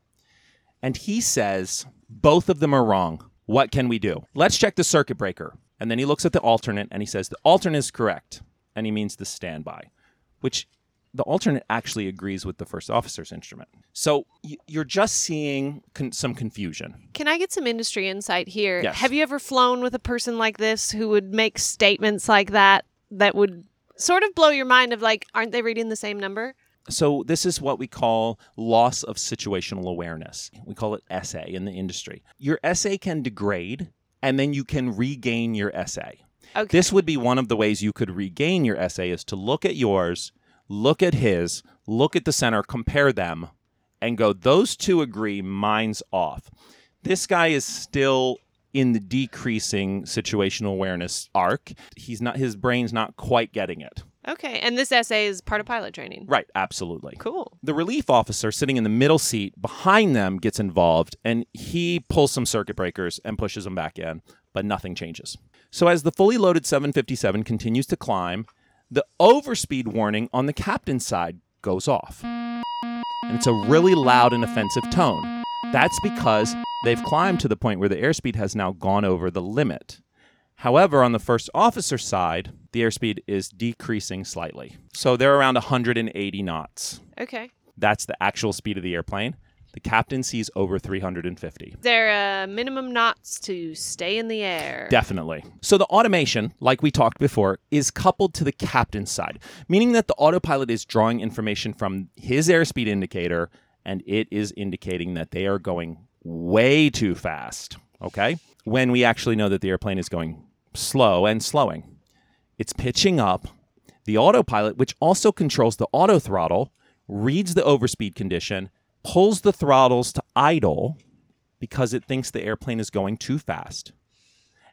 B: And he says, both of them are wrong. What can we do? Let's check the circuit breaker. And then he looks at the alternate and he says, the alternate is correct. And he means the standby, which the alternate actually agrees with the first officer's instrument. So y- you're just seeing con- some confusion.
A: Can I get some industry insight here?
B: Yes.
A: Have you ever flown with a person like this who would make statements like that that would sort of blow your mind of like, aren't they reading the same number?
B: So this is what we call loss of situational awareness. We call it SA in the industry. Your SA can degrade and then you can regain your SA.
A: Okay.
B: This would be one of the ways you could regain your SA is to look at yours, look at his, look at the center, compare them and go those two agree, mine's off. This guy is still in the decreasing situational awareness arc. He's not his brain's not quite getting it.
A: Okay, and this essay is part of pilot training.
B: Right, absolutely.
A: Cool.
B: The relief officer sitting in the middle seat behind them gets involved and he pulls some circuit breakers and pushes them back in, but nothing changes. So, as the fully loaded 757 continues to climb, the overspeed warning on the captain's side goes off. And it's a really loud and offensive tone. That's because they've climbed to the point where the airspeed has now gone over the limit. However, on the first officer side, the airspeed is decreasing slightly. So they're around 180 knots.
A: Okay.
B: That's the actual speed of the airplane. The captain sees over 350.
A: There are minimum knots to stay in the air.
B: Definitely. So the automation, like we talked before, is coupled to the captain's side, meaning that the autopilot is drawing information from his airspeed indicator and it is indicating that they are going way too fast, okay? When we actually know that the airplane is going slow and slowing. It's pitching up. The autopilot, which also controls the auto throttle, reads the overspeed condition, pulls the throttles to idle because it thinks the airplane is going too fast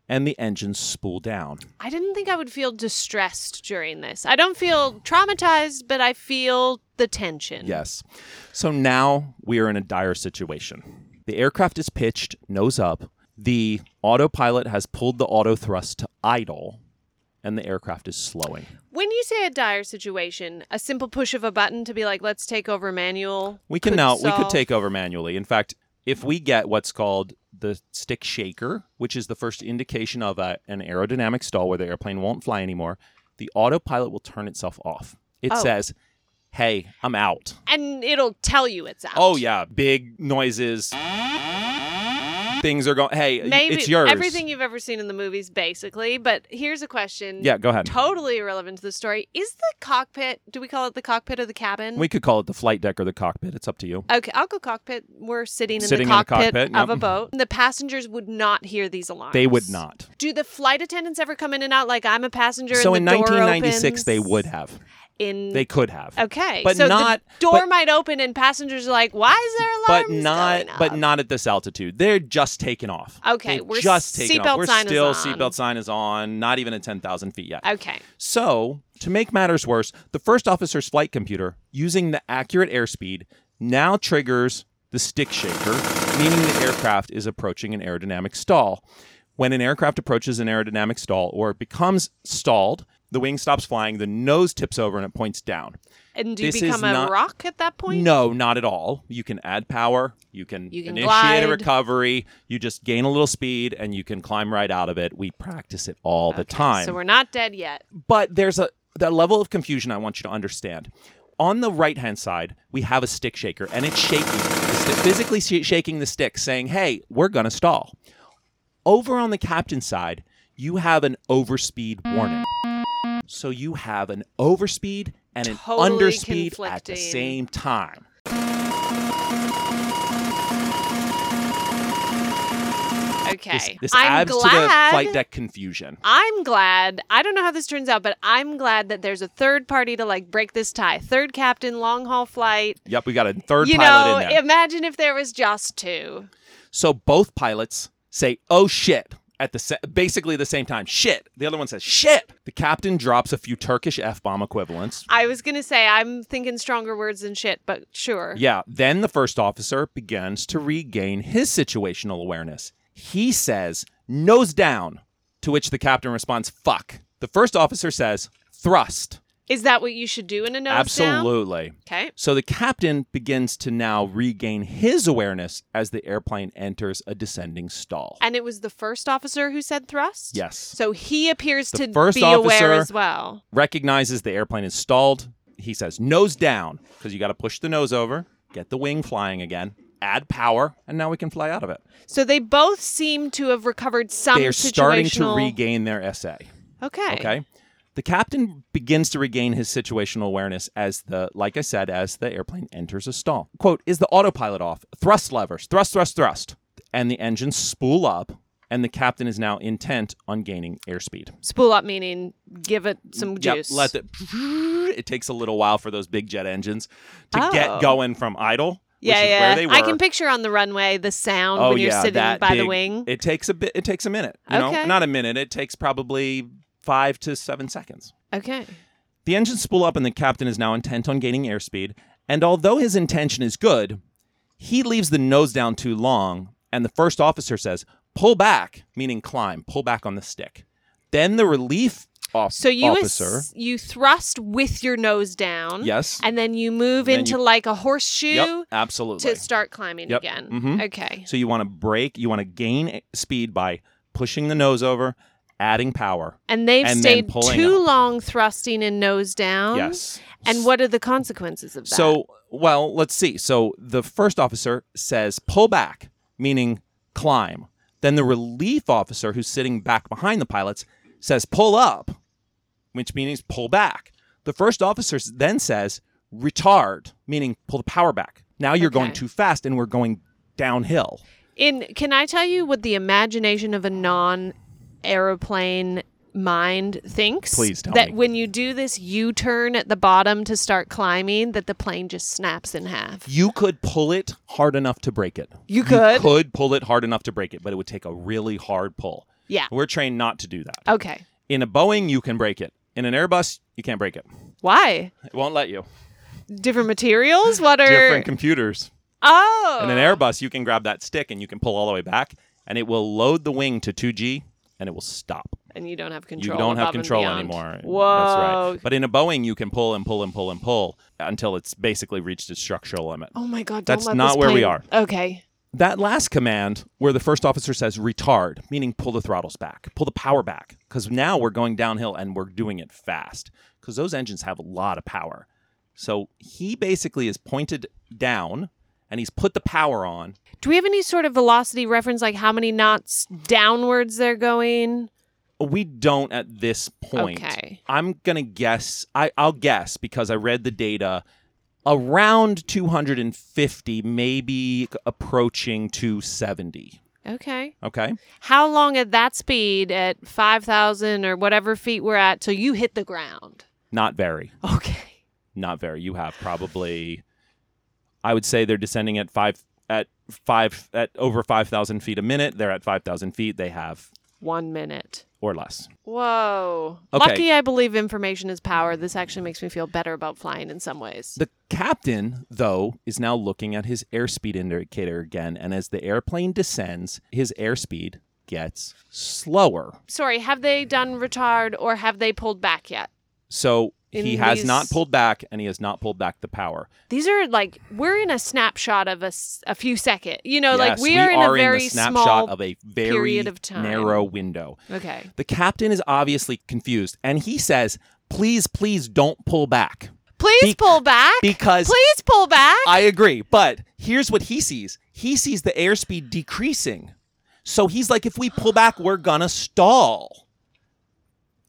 B: and the engines spool down.
A: I didn't think I would feel distressed during this. I don't feel traumatized, but I feel the tension.
B: Yes. So now we are in a dire situation. The aircraft is pitched nose up. The autopilot has pulled the auto thrust to idle, and the aircraft is slowing.
A: When you say a dire situation, a simple push of a button to be like, let's take over manual.
B: We can
A: could
B: now we could
A: solve-
B: take over manually. In fact, if we get what's called the stick shaker, which is the first indication of a, an aerodynamic stall where the airplane won't fly anymore, the autopilot will turn itself off. It
A: Oh.
B: says, "Hey, I'm out."
A: And it'll tell you it's out.
B: Oh yeah, big noises. things are going. Hey, y-
A: Maybe
B: it's yours.
A: everything you've ever seen in the movies, basically. But here's a question.
B: Yeah, go ahead.
A: Totally irrelevant to the story. Is the cockpit? Do we call it the cockpit or the cabin?
B: We could call it the flight deck or the cockpit. It's up to you.
A: Okay, I'll go cockpit. We're sitting in,
B: Sitting in
A: the,
B: the
A: cockpit
B: cockpit,
A: of a
B: yep.
A: boat. The passengers would not hear these alarms.
B: They would not.
A: Do the flight attendants ever come in and out like I'm a passenger?
B: So in
A: and the door
B: 1996,
A: opens? Mm.
B: they would have.
A: In
B: They could have.
A: okay,
B: but
A: so
B: not.
A: the door
B: but-
A: might open and passengers are like, "Why is there alarms?"
B: but not
A: going
B: but
A: up?"
B: not at this altitude. They're just taking off.
A: Okay,
B: They've
A: we're-
B: just taking
A: seatbelt
B: off. We're
A: sign is
B: still
A: on.
B: seatbelt sign is on. Not even at ten thousand feet yet.
A: Okay.
B: So to make matters worse, the first officer's flight computer, using the accurate airspeed, now triggers the stick shaker, meaning the aircraft is approaching an aerodynamic stall. When an aircraft approaches an aerodynamic stall or it becomes stalled, the wing stops flying, the nose tips over, and it points down.
A: And do you
B: This is
A: become a
B: not-
A: rock at that point?
B: No, not at all. You can add power. You can,
A: You can
B: initiate
A: glide.
B: a recovery. You just gain a little speed and you can climb right out of it. We practice it all the time.
A: So we're not dead yet.
B: but there's a that level of confusion I want you to understand. On the right hand side, we have a stick shaker and it's shaking, the sti- physically sh- shaking the stick, saying, "Hey, we're gonna stall." Over on the captain's side, you have an overspeed warning. So you have an overspeed and an
A: Totally
B: underspeed at the
A: conflicting.
B: same time.
A: Okay.
B: This, this
A: I'm
B: adds
A: glad.
B: to the flight deck confusion.
A: I'm glad. I don't know how this turns out, but I'm glad that there's a third party to like break this tie. Third captain, long haul flight.
B: Yep, we got a third
A: you
B: pilot
A: know,
B: in there.
A: imagine if there was just two.
B: So both pilots say, "Oh shit." At the sa- basically the same time, shit. The other one says, "Shit." The captain drops a few Turkish f bomb equivalents.
A: I was gonna say I'm thinking stronger words than shit, but sure.
B: Yeah. Then the first officer begins to regain his situational awareness. He says, "Nose down," to which the captain responds, "Fuck." The first officer says, "Thrust."
A: Is that what you should do in a nose down?
B: Absolutely.
A: Okay.
B: So the captain begins to now regain his awareness as the airplane enters a descending stall.
A: And it was the first officer who said thrust.
B: Yes.
A: So he appears
B: The
A: to
B: first
A: be aware
B: officer-
A: as well.
B: recognizes the airplane is stalled. He says, nose down, because you got to push the nose over, get the wing flying again, add power, and now we can fly out of it.
A: So they both seem to have recovered some.
B: they are starting to
A: situational-
B: regain their SA.
A: Okay.
B: Okay. The captain begins to regain his situational awareness as the, like I said, as the airplane enters a stall. Quote, is the autopilot off? Thrust levers, thrust, thrust, thrust. And the engines spool up, and the captain is now intent on gaining airspeed.
A: Spool up meaning give it some juice.
B: Yep, let the, it takes a little while for those big jet engines to
A: Oh.
B: get going from idle.
A: yeah,
B: which is
A: yeah.
B: where they were.
A: I can picture on the runway the sound
B: oh,
A: when you're
B: yeah,
A: sitting
B: that
A: by the
B: big-
A: wing.
B: It takes a bit. It takes a minute. You know,
A: Okay.
B: not a minute. It takes probably five to seven seconds.
A: okay.
B: The engines spool up, and the captain is now intent on gaining airspeed. And although his intention is good, he leaves the nose down too long, and the first officer says, "Pull back," meaning climb. Pull back on the stick. Then the relief off-
A: So you ass-
B: officer.
A: you thrust with your nose down.
B: Yes.
A: And then you move
B: then
A: into
B: you-
A: like a horseshoe
B: Yep, absolutely.
A: to start climbing
B: Yep,
A: again.
B: mhm.
A: Okay.
B: So you want to break, you want to gain a- speed by pushing the nose over, adding power.
A: And they've
B: and then
A: stayed
B: pulling
A: too
B: up.
A: long thrusting and nose down.
B: yes.
A: And what are the consequences of Um, that?
B: So, well, let's see. So the first officer says pull back, meaning climb. Then the relief officer who's sitting back behind the pilots says pull up, which means pull back. The first officer s- then says retard, meaning pull the power back. Now you're going
A: Okay.
B: too fast and we're going downhill.
A: In can I tell you what the imagination of a non aeroplane mind thinks?
B: Please tell
A: that
B: me.
A: when you do this U turn at the bottom to start climbing, that the plane just snaps in half.
B: You could pull it hard enough to break it.
A: You could?
B: could pull it hard enough to break it, but it would take a really hard pull.
A: Yeah. Oh.
B: We're trained not to do that.
A: Okay.
B: In a Boeing, you can break it. In an Airbus, you can't break it.
A: Why?
B: It won't let you.
A: Different materials? What are
B: Different computers.
A: Oh
B: In an Airbus, you can grab that stick and you can pull all the way back, and it will load the wing to 2G and it will stop.
A: and you don't have control.
B: you don't have
A: above and
B: control
A: beyond.
B: anymore.
A: Whoa.
B: That's right. But in a Boeing, you can pull and pull and pull and pull until it's basically reached its structural limit.
A: Oh my god,
B: That's
A: don't let
B: not
A: this
B: where we
A: plane-
B: are.
A: Okay.
B: that last command where the first officer says retard meaning pull the throttles back pull the power back because now we're going downhill and we're doing it fast because those engines have a lot of power so he basically is pointed down and he's put the power on.
A: Do we have any sort of velocity reference, like how many knots downwards they're going?
B: We don't at this point.
A: Okay.
B: I'm gonna guess. I, I'll guess because I read the data. Around 250, maybe approaching 270.
A: Okay.
B: Okay.
A: How long at that speed, at 5,000 or whatever feet we're at, till you hit the ground?
B: Not very.
A: Okay.
B: Not very. You have probably. I would say they're descending at five at five at over five thousand feet a minute. They're at five thousand feet. They have
A: One minute.
B: or less.
A: Whoa.
B: Okay.
A: Lucky I believe information is power. This actually makes me feel better about flying in some ways.
B: The captain, though, is now looking at his airspeed indicator again, and as the airplane descends, his airspeed gets slower.
A: Sorry, have they done retard or have they pulled back yet?
B: So
A: In
B: he has
A: these-
B: not pulled back, and he has not pulled back the power.
A: These are like we're in a snapshot of a, s- a few second. You know, like
B: Yes,
A: we are in a very
B: the snapshot
A: small
B: of a very
A: period of time.
B: narrow window.
A: Okay.
B: The captain is obviously confused, and he says, "Please, please, don't pull back."
A: Please
B: Be-
A: pull back.
B: because-
A: please pull back.
B: I agree. But here's what he sees he sees the airspeed decreasing. So he's like, if we pull back, we're going to stall.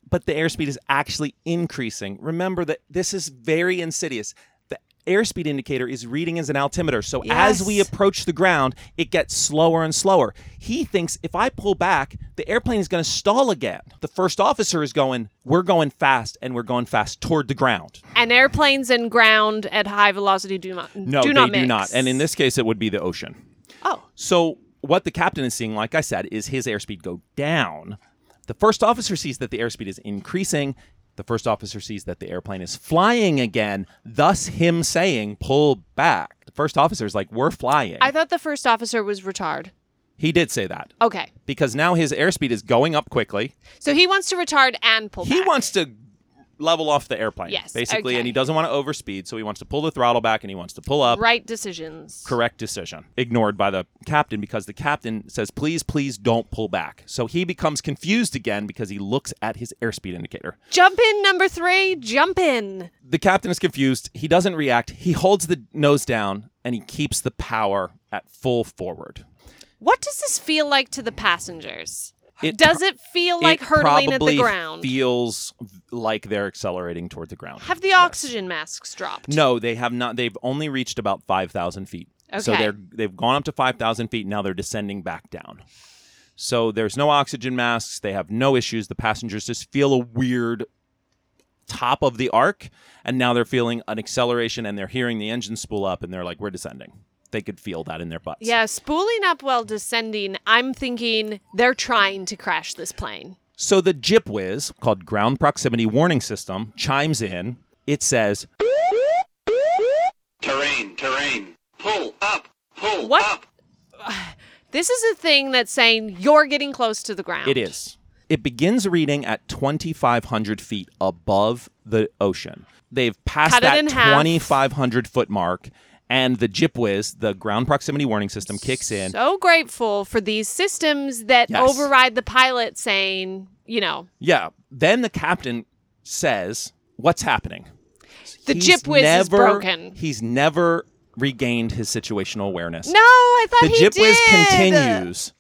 B: But the airspeed is actually increasing. Remember that this is very insidious. The airspeed indicator is reading as an altimeter. So as we
A: Yes.
B: approach the ground, it gets slower and slower. He thinks if I pull back, the airplane is going to stall again. The first officer is going, we're going fast and we're going fast toward the ground.
A: and airplanes and ground at high velocity do not
B: No,
A: do
B: they
A: not mix.
B: do not. And in this case, it would be the ocean.
A: oh
B: So what the captain is seeing, like I said, is his airspeed go down. The first officer sees that the airspeed is increasing. The first officer sees that the airplane is flying again, thus him saying, pull back. The first officer is like, we're flying.
A: I thought the first officer was retard.
B: he did say that
A: Okay,
B: because now his airspeed is going up quickly.
A: so he wants to retard and pull
B: He
A: back.
B: wants to level off the airplane,
A: Yes,
B: basically,
A: okay.
B: and he doesn't want to overspeed. So he wants to pull the throttle back and he wants to pull up.
A: right decisions.
B: correct decision ignored by the captain because the captain says please please don't pull back so he becomes confused again because he looks at his airspeed indicator
A: Jump in number three. Jump in.
B: the captain is confused he doesn't react he holds the nose down and he keeps the power at full forward
A: What does this feel like to the passengers?
B: It
A: does it feel like
B: It
A: hurtling at the
B: probably
A: ground?
B: feels like they're accelerating toward the ground
A: have the oxygen masks dropped?
B: no they have not they've only reached about 5000 feet so
A: Okay.
B: they're they've gone up to 5000 feet now they're descending back down so there's no oxygen masks they have no issues the passengers just feel a weird top of the arc and now they're feeling an acceleration and they're hearing the engine spool up and they're like we're descending they could feel that in their butts
A: Yeah, spooling up while descending. I'm thinking they're trying to crash this plane.
B: so the jipwiz called ground proximity warning system chimes in it says
G: Terrain, terrain. Pull up, pull
A: What?
G: up.
A: This is a thing that's saying you're getting close to the ground.
B: It is. It begins reading at 2,500 feet above the ocean. They've passed
A: Cut it
B: that
A: in half.
B: 2,500 foot mark, and the JIPWIS, the ground proximity warning system, kicks in.
A: So grateful for these systems that
B: Yes.
A: override the pilot saying, you know,
B: yeah. Then the captain says, What's happening?
A: the
B: He's
A: JIPWIS is
B: never-
A: broken.
B: He's never regained his situational awareness.
A: No, I thought
B: the
A: he
B: JIPWIS
A: did.
B: continues.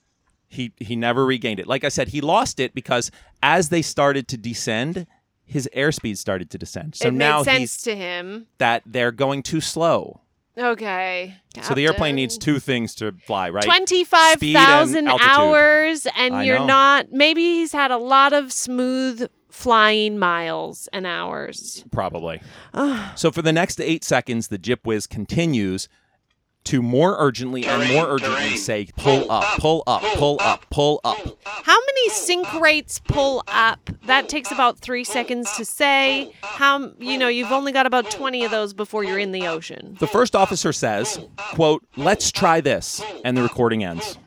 B: He he never regained it. Like I said, he lost it because as they started to descend, his airspeed started to descend. So
A: it
B: now
A: made sense
B: he's
A: to him.
B: that they're going too slow.
A: Okay.
B: So the airplane
A: Captain.
B: needs two things to fly, right? Speed and
A: 25,000
B: altitude.
A: hours and
B: I
A: you're
B: know.
A: not maybe he's had a lot of smooth flying miles and hours.
B: Probably. so for the next eight seconds, the Jip Whiz continues to more urgently and more urgently say, pull up, pull up, pull up, pull up.
A: How many sync rates pull up? That takes about 3 seconds to say. How you know, you've only got about 20 of those before you're in the ocean.
B: The first officer says, quote, let's try this. And the recording ends.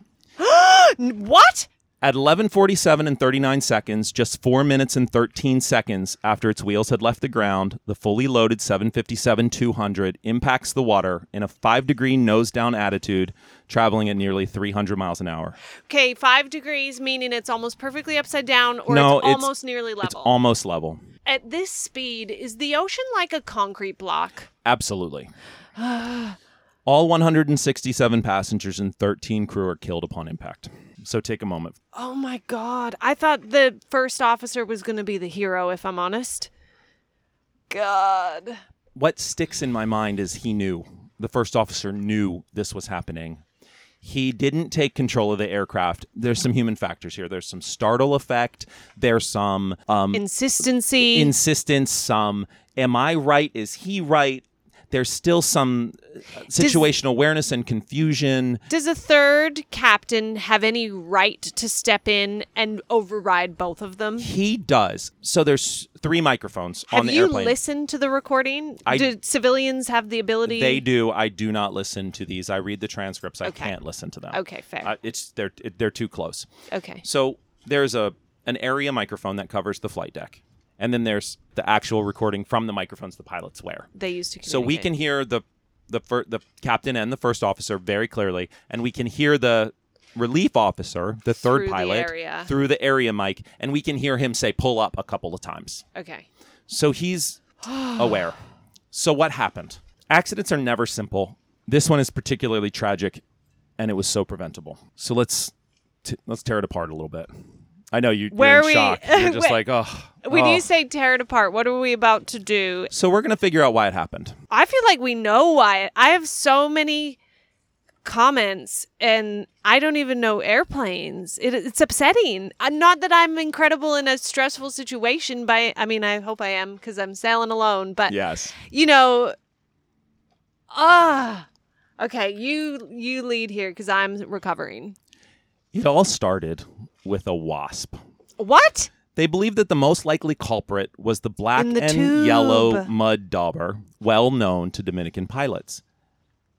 A: What?
B: At 11:47 and 39 seconds, just 4 minutes and 13 seconds after its wheels had left the ground, the fully loaded 757-200 impacts the water in a 5-degree nose-down attitude, traveling at nearly 300 miles an hour.
A: Okay, 5 degrees meaning it's almost perfectly upside down or
B: No,
A: it's
B: it's-
A: almost nearly
B: It's
A: level.
B: almost level.
A: At this speed, is the ocean like a concrete block?
B: Absolutely. All 167 passengers and 13 crew are killed upon impact. So take a moment.
A: Oh my god. I thought the first officer was going to be the hero if I'm honest. God.
B: What sticks in my mind is he knew. The first officer knew this was happening. He didn't take control of the aircraft. There's some human factors here. There's some startle effect. There's some um,
A: Insistency.
B: insistence some am i right is he right there's still some uh, situational awareness and confusion
A: Does a third captain have any right to step in and override both of them?
B: he does so there's three microphones on
A: Have
B: the
A: you
B: airplane
A: listened to the recording?
B: I-
A: Do civilians have the ability?
B: they do i do not listen to these i read the transcripts i
A: Okay.
B: can't listen to them
A: Okay, fair.
B: I- it's they're it, they're too close
A: okay.
B: so there's a an area microphone that covers the flight deck and then there's the actual recording from the microphones the pilots wear
A: They used to
B: so we can
A: communicate.
B: hear the the fir- the captain and the first officer very clearly, and we can hear the relief officer, the third
A: Through the
B: pilot,
A: area.
B: through the area mic, and we can hear him say "pull up" a couple of times.
A: Okay.
B: So he's aware. So what happened? Accidents are never simple. This one is particularly tragic, and it was so preventable. So let's t- let's tear it apart a little bit. I know you,
A: Where
B: you're
A: are
B: in
A: we-
B: shock. You're just
A: Wait.
B: like, oh.
A: When
B: oh."
A: you say tear it apart, what are we about to do?
B: so we're gonna figure out why it happened.
A: I feel like we know why. I have so many comments and I don't even know airplanes. It, it's upsetting. Uh, Not that I'm incredible in a stressful situation by I mean I hope I am cuz I'm sailing alone, but
B: Yes.
A: you know ah okay, you you lead here cuz I'm recovering.
B: It all started with a wasp.
A: What?
B: They believe that the most likely culprit was the black
A: In the
B: and
A: tube.
B: yellow mud dauber, well known to Dominican pilots.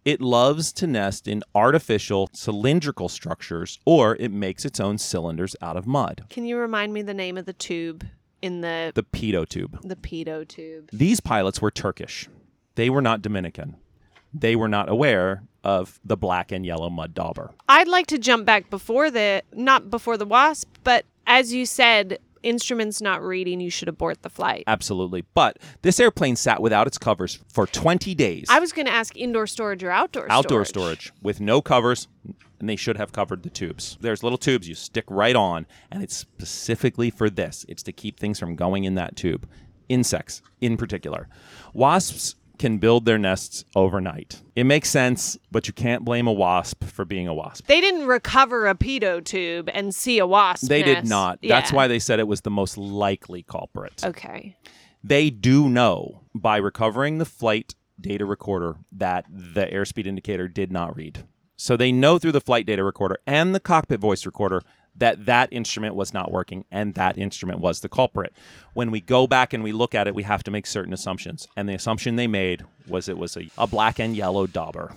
B: It loves to nest in artificial cylindrical structures, or it makes its own cylinders out of mud,
A: Can you remind me the name of the tube in the
B: the pedo tube.
A: the pedo tube?
B: These pilots were Turkish. They were not Dominican. They were not aware of the black and yellow mud dauber.
A: I'd like to jump back before the not before the wasp, but as you said, instruments not reading, you should abort the flight.
B: Absolutely. But this airplane sat without its covers for 20 days.
A: I was going to ask indoor storage or outdoor storage.
B: outdoor storage. with no covers and they should have covered the tubes there's little tubes you stick right on and it's specifically for this it's to keep things from going in that tube insects in particular wasps can build their nests overnight it makes sense but you can't blame a wasp for being a wasp
A: They didn't recover a pedo tube and see a wasp.
B: they did
A: nest.
B: not
A: Yeah.
B: that's why they said it was the most likely culprit
A: Okay.
B: they do know by recovering the flight data recorder that the airspeed indicator did not read. So they know through the flight data recorder and the cockpit voice recorder that that instrument was not working and that instrument was the culprit. When we go back and we look at it, we have to make certain assumptions. And the assumption they made was it was a, a black and yellow dauber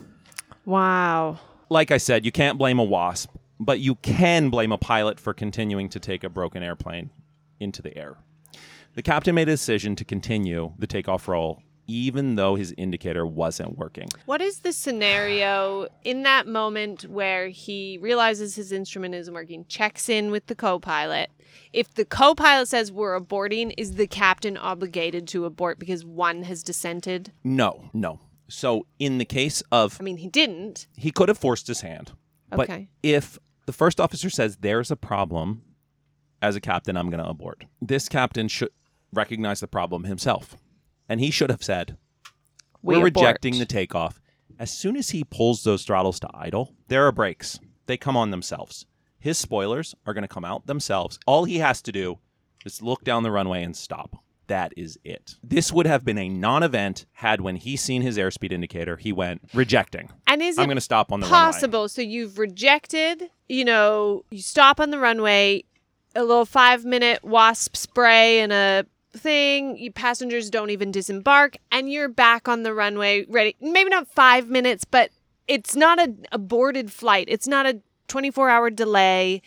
A: Wow.
B: like I said, you can't blame a wasp, but you can blame a pilot for continuing to take a broken airplane into the air. The captain made a decision to continue the takeoff roll even though his indicator wasn't working.
A: What is the scenario in that moment where he realizes his instrument isn't working, checks in with the co pilot? If the co pilot says we're aborting, is the captain obligated to abort because one has dissented?
B: No, no. So in the case of
A: I mean, he didn't.
B: he could have forced his hand. But
A: Okay.
B: if the first officer says there's a problem, as a captain, I'm going to abort. This captain should recognize the problem himself. And he should have said,
A: We
B: We're
A: abort.
B: rejecting the takeoff. As soon as he pulls those throttles to idle, there are brakes. They come on themselves. His spoilers are going to come out themselves. All he has to do is look down the runway and stop. That is it. This would have been a non event had when he seen his airspeed indicator, he went rejecting.
A: And is
B: I'm
A: it
B: going to stop on the runway.
A: possible? So you've rejected, you know, you stop on the runway, a little five minute wasp spray and a thing, you passengers don't even disembark, and you're back on the runway ready. Maybe not five minutes, but it's not an aborted flight. It's not a 24 hour delay.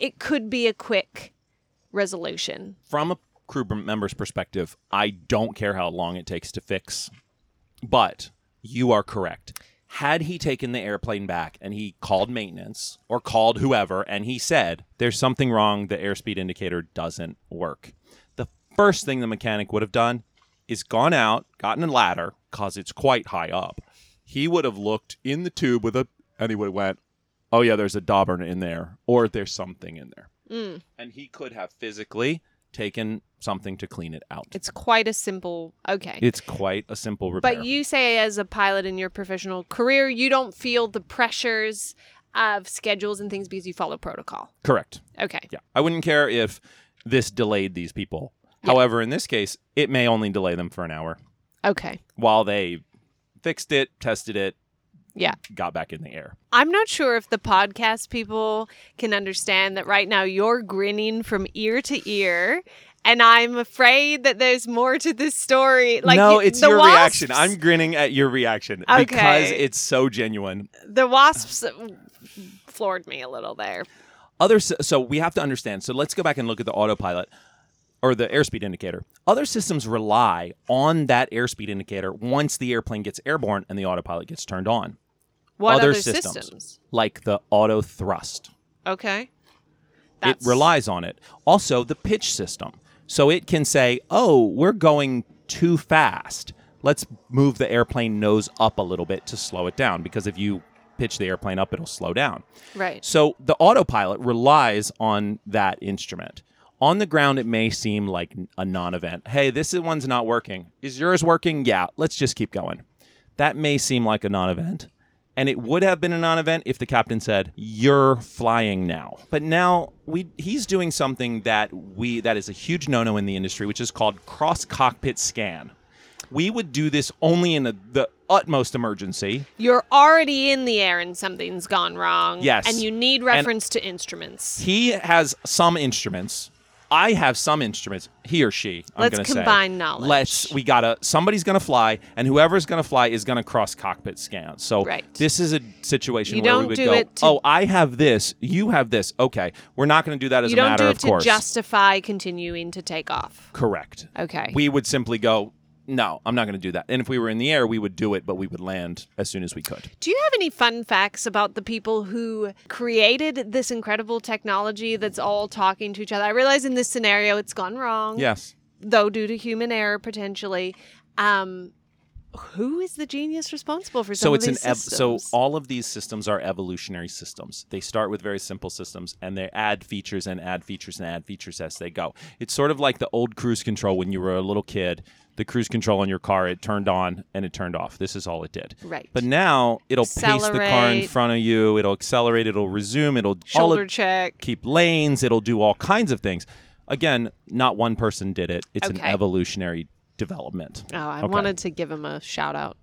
A: It could be a quick resolution.
B: from a crew member's perspective, I don't care how long it takes to fix, but you are correct. Had he taken the airplane back and he called maintenance or called whoever and he said, There's something wrong, the airspeed indicator doesn't work, the first thing the mechanic would have done is gone out, gotten a ladder, because it's quite high up. he would have looked in the tube with a, and he would have went, oh yeah, there's a dauber in there, or there's something in there,
A: Mm.
B: and he could have physically taken something to clean it out.
A: It's quite a simple. Okay.
B: It's quite a simple repair.
A: But you say, as a pilot in your professional career, you don't feel the pressures of schedules and things because you follow protocol.
B: correct?
A: Okay.
B: Yeah, I wouldn't care if this delayed these people. However, in this case, it may only delay them for an hour
A: Okay.
B: while they fixed it, tested it,
A: Yeah.
B: got back in the air.
A: I'm not sure if the podcast people can understand that right now you're grinning from ear to ear. And I'm afraid that there's more to this story. Like
B: no,
A: y-
B: it's
A: the
B: your
A: wasps,
B: reaction. I'm grinning at your reaction because
A: Okay.
B: it's so genuine.
A: the wasps floored me a little there.
B: Other s- so we have to understand. So let's go back and look at the autopilot or the airspeed indicator. Other systems rely on that airspeed indicator once the airplane gets airborne and the autopilot gets turned on,
A: What
B: Other
A: other,
B: systems.
A: systems?
B: like the auto thrust.
A: Okay.
B: it relies on it. Also, the pitch system. So it can say, oh, we're going too fast. Let's move the airplane nose up a little bit to slow it down because if you pitch the airplane up, it'll slow down.
A: Right.
B: So the autopilot relies on that instrument. On the ground, it may seem like a non event. Hey, this one's not working. Is yours working? Yeah, let's just keep going. That may seem like a non event. And it would have been a non event if the captain said, You're flying now. But now we he's doing something that we that is a huge no no in the industry, which is called cross cockpit scan. We would do this only in the, the utmost emergency.
A: You're already in the air and something's gone wrong.
B: Yes.
A: And you need reference to instruments.
B: He has some instruments. I have some instruments. He or she. I'm
A: Let's
B: gonna say.
A: combine knowledge.
B: Let's. We gotta. Somebody's gonna fly, and whoever's gonna fly is gonna cross cockpit scan. So
A: Right.
B: this is a situation
A: You
B: where we
A: don't
B: would
A: do
B: go.
A: it to-
B: oh, I have this. You have this. Okay, we're not gonna do that as
A: You
B: a
A: don't
B: matter
A: do
B: of
A: it to
B: course.
A: justify continuing to take off.
B: Correct.
A: Okay.
B: We would simply go. No, I'm not going to do that. And if we were in the air, we would do it, but we would land as soon as we could.
A: do you have any fun facts about the people who created this incredible technology that's all talking to each other? I realize in this scenario it's gone wrong,
B: Yes.
A: though due to human error potentially. Um, who is the genius responsible for some
B: so
A: of
B: it's an
A: these
B: ev- so
A: systems?
B: all of these systems are evolutionary systems they start with very simple systems and they add features and add features and add features as they go it's sort of like the old cruise control when you were a little kid the cruise control on your car it turned on and it turned off this is all it did
A: Right.
B: but now it'll pace the car in
A: Accelerate.
B: front of you it'll accelerate it'll resume it'll all
A: shoulder
B: of-
A: check.
B: keep lanes it'll do all kinds of things again not one person did it it's an
A: Okay.
B: evolutionary development
A: Oh, I
B: Okay.
A: wanted to give him a shout out.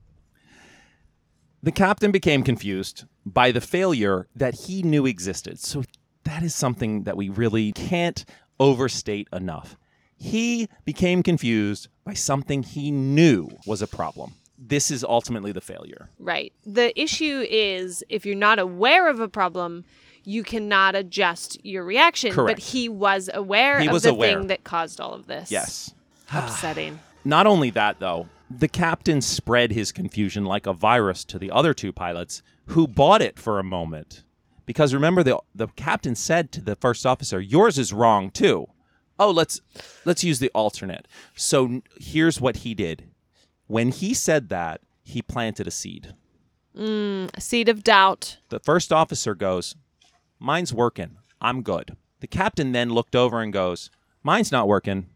B: The captain became confused by the failure that he knew existed. So that is something that we really can't overstate enough. He became confused by something he knew was a problem. This is ultimately the failure.
A: Right. The issue is if you're not aware of a problem, you cannot adjust your reaction.
B: Correct.
A: But he was aware
B: He
A: of
B: was
A: the
B: aware.
A: thing that caused all of this.
B: Yes.
A: Upsetting.
B: Not only that, though, the captain spread his confusion like a virus to the other two pilots who bought it for a moment. Because remember, the, the captain said to the first officer, Yours is wrong, too. Oh, let's let's use the alternate. So n- here's what he did. When he said that, he planted a seed.
A: A seed of doubt.
B: The first officer goes, Mine's working. I'm good. The captain then looked over and goes, Mine's not working.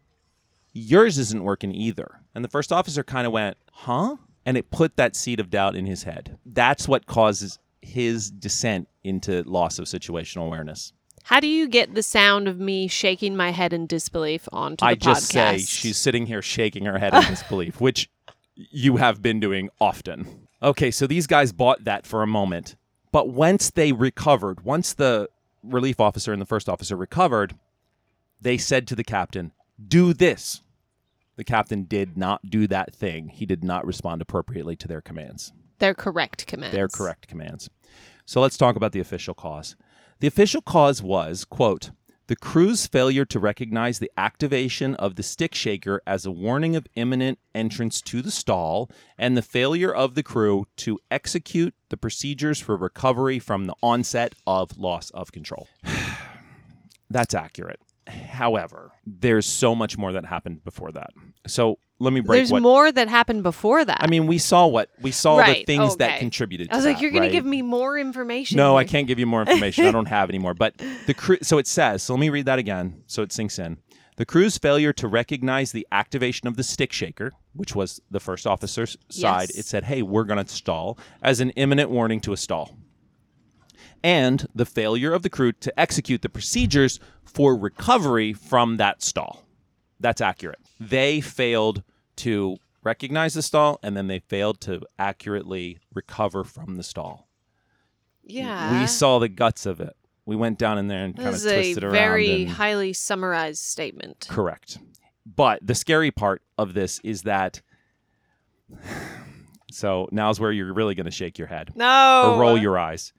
B: Yours isn't working either. And the first officer kind of went, Huh? And it put that seed of doubt in his head. That's what causes his descent into loss of situational awareness.
A: How do you get the sound of me shaking my head in disbelief onto
B: I
A: the
B: just say
A: podcast?
B: she's sitting here shaking her head in disbelief, which you have been doing often. Okay, so these guys bought that for a moment. But once they recovered, once the relief officer and the first officer recovered, they said to the captain, Do this. The captain did not do that thing. He did not respond appropriately to their commands.
A: They're correct commands.
B: They're correct commands. So let's talk about the official cause. The official cause was, quote, the crew's failure to recognize the activation of the stick shaker as a warning of imminent entrance to the stall and the failure of the crew to execute the procedures for recovery from the onset of loss of control. That's accurate. However, there's so much more that happened before that. So let me break
A: There's
B: what
A: more that happened before that.
B: I mean, we saw what we saw the
A: Right,
B: things that
A: okay.
B: contributed to
A: I was like,
B: that,
A: you're going
B: right?
A: to give me more information.
B: No, I
A: here.
B: can't give you more information. I don't have any more. But the cru- so it says. So let me read that again, so it sinks in. The crew's failure to recognize the activation of the stick shaker, which was the first officer's side,
A: Yes.
B: it said, "Hey, we're going to stall," as an imminent warning to a stall. And the failure of the crew to execute the procedures for recovery from that stall. That's accurate. They failed to recognize the stall, and then they failed to accurately recover from the stall
A: Yeah.
B: we saw the guts of it. We went down in there and kind
A: That
B: of
A: is Uh-huh. a
B: twisted around.
A: very
B: and-
A: highly summarized statement.
B: Correct. But the scary part of this is that. So now's where you're really going to shake your head
A: No.
B: or roll your eyes.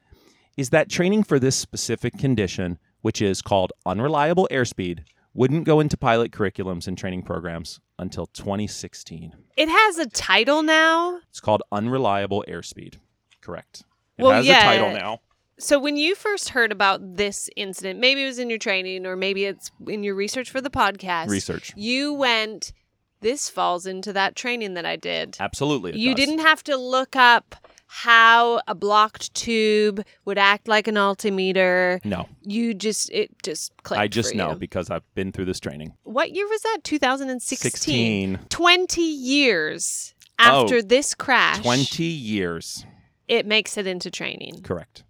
B: Is that training for this specific condition, which is called unreliable airspeed, wouldn't go into pilot curriculums and training programs until 2016.
A: It has a title now.
B: It's called unreliable airspeed. Correct. It
A: Well,
B: has
A: yeah.
B: a title now.
A: So when you first heard about this incident, maybe it was in your training or maybe it's in your research for the podcast.
B: Research.
A: You went this falls into that training that I did.
B: Absolutely. it
A: You
B: does.
A: didn't have to look up how a blocked tube would act like an altimeter.
B: No.
A: You just it just clicked.
B: I just
A: for
B: know
A: you.
B: because I've been through this training.
A: What year was that? 2016.
B: 16.
A: 20 years
B: Oh.
A: after this crash,
B: 20 years.
A: it makes it into training.
B: Correct.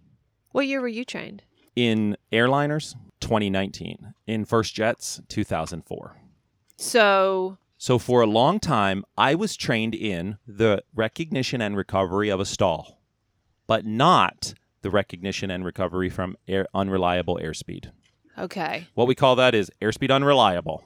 A: What year were you trained?
B: In airliners, 2019. In first jets, 2004.
A: So,
B: So for a long time, I was trained in the recognition and recovery of a stall, but not the recognition and recovery from air, unreliable airspeed.
A: okay.
B: What we call that is airspeed unreliable.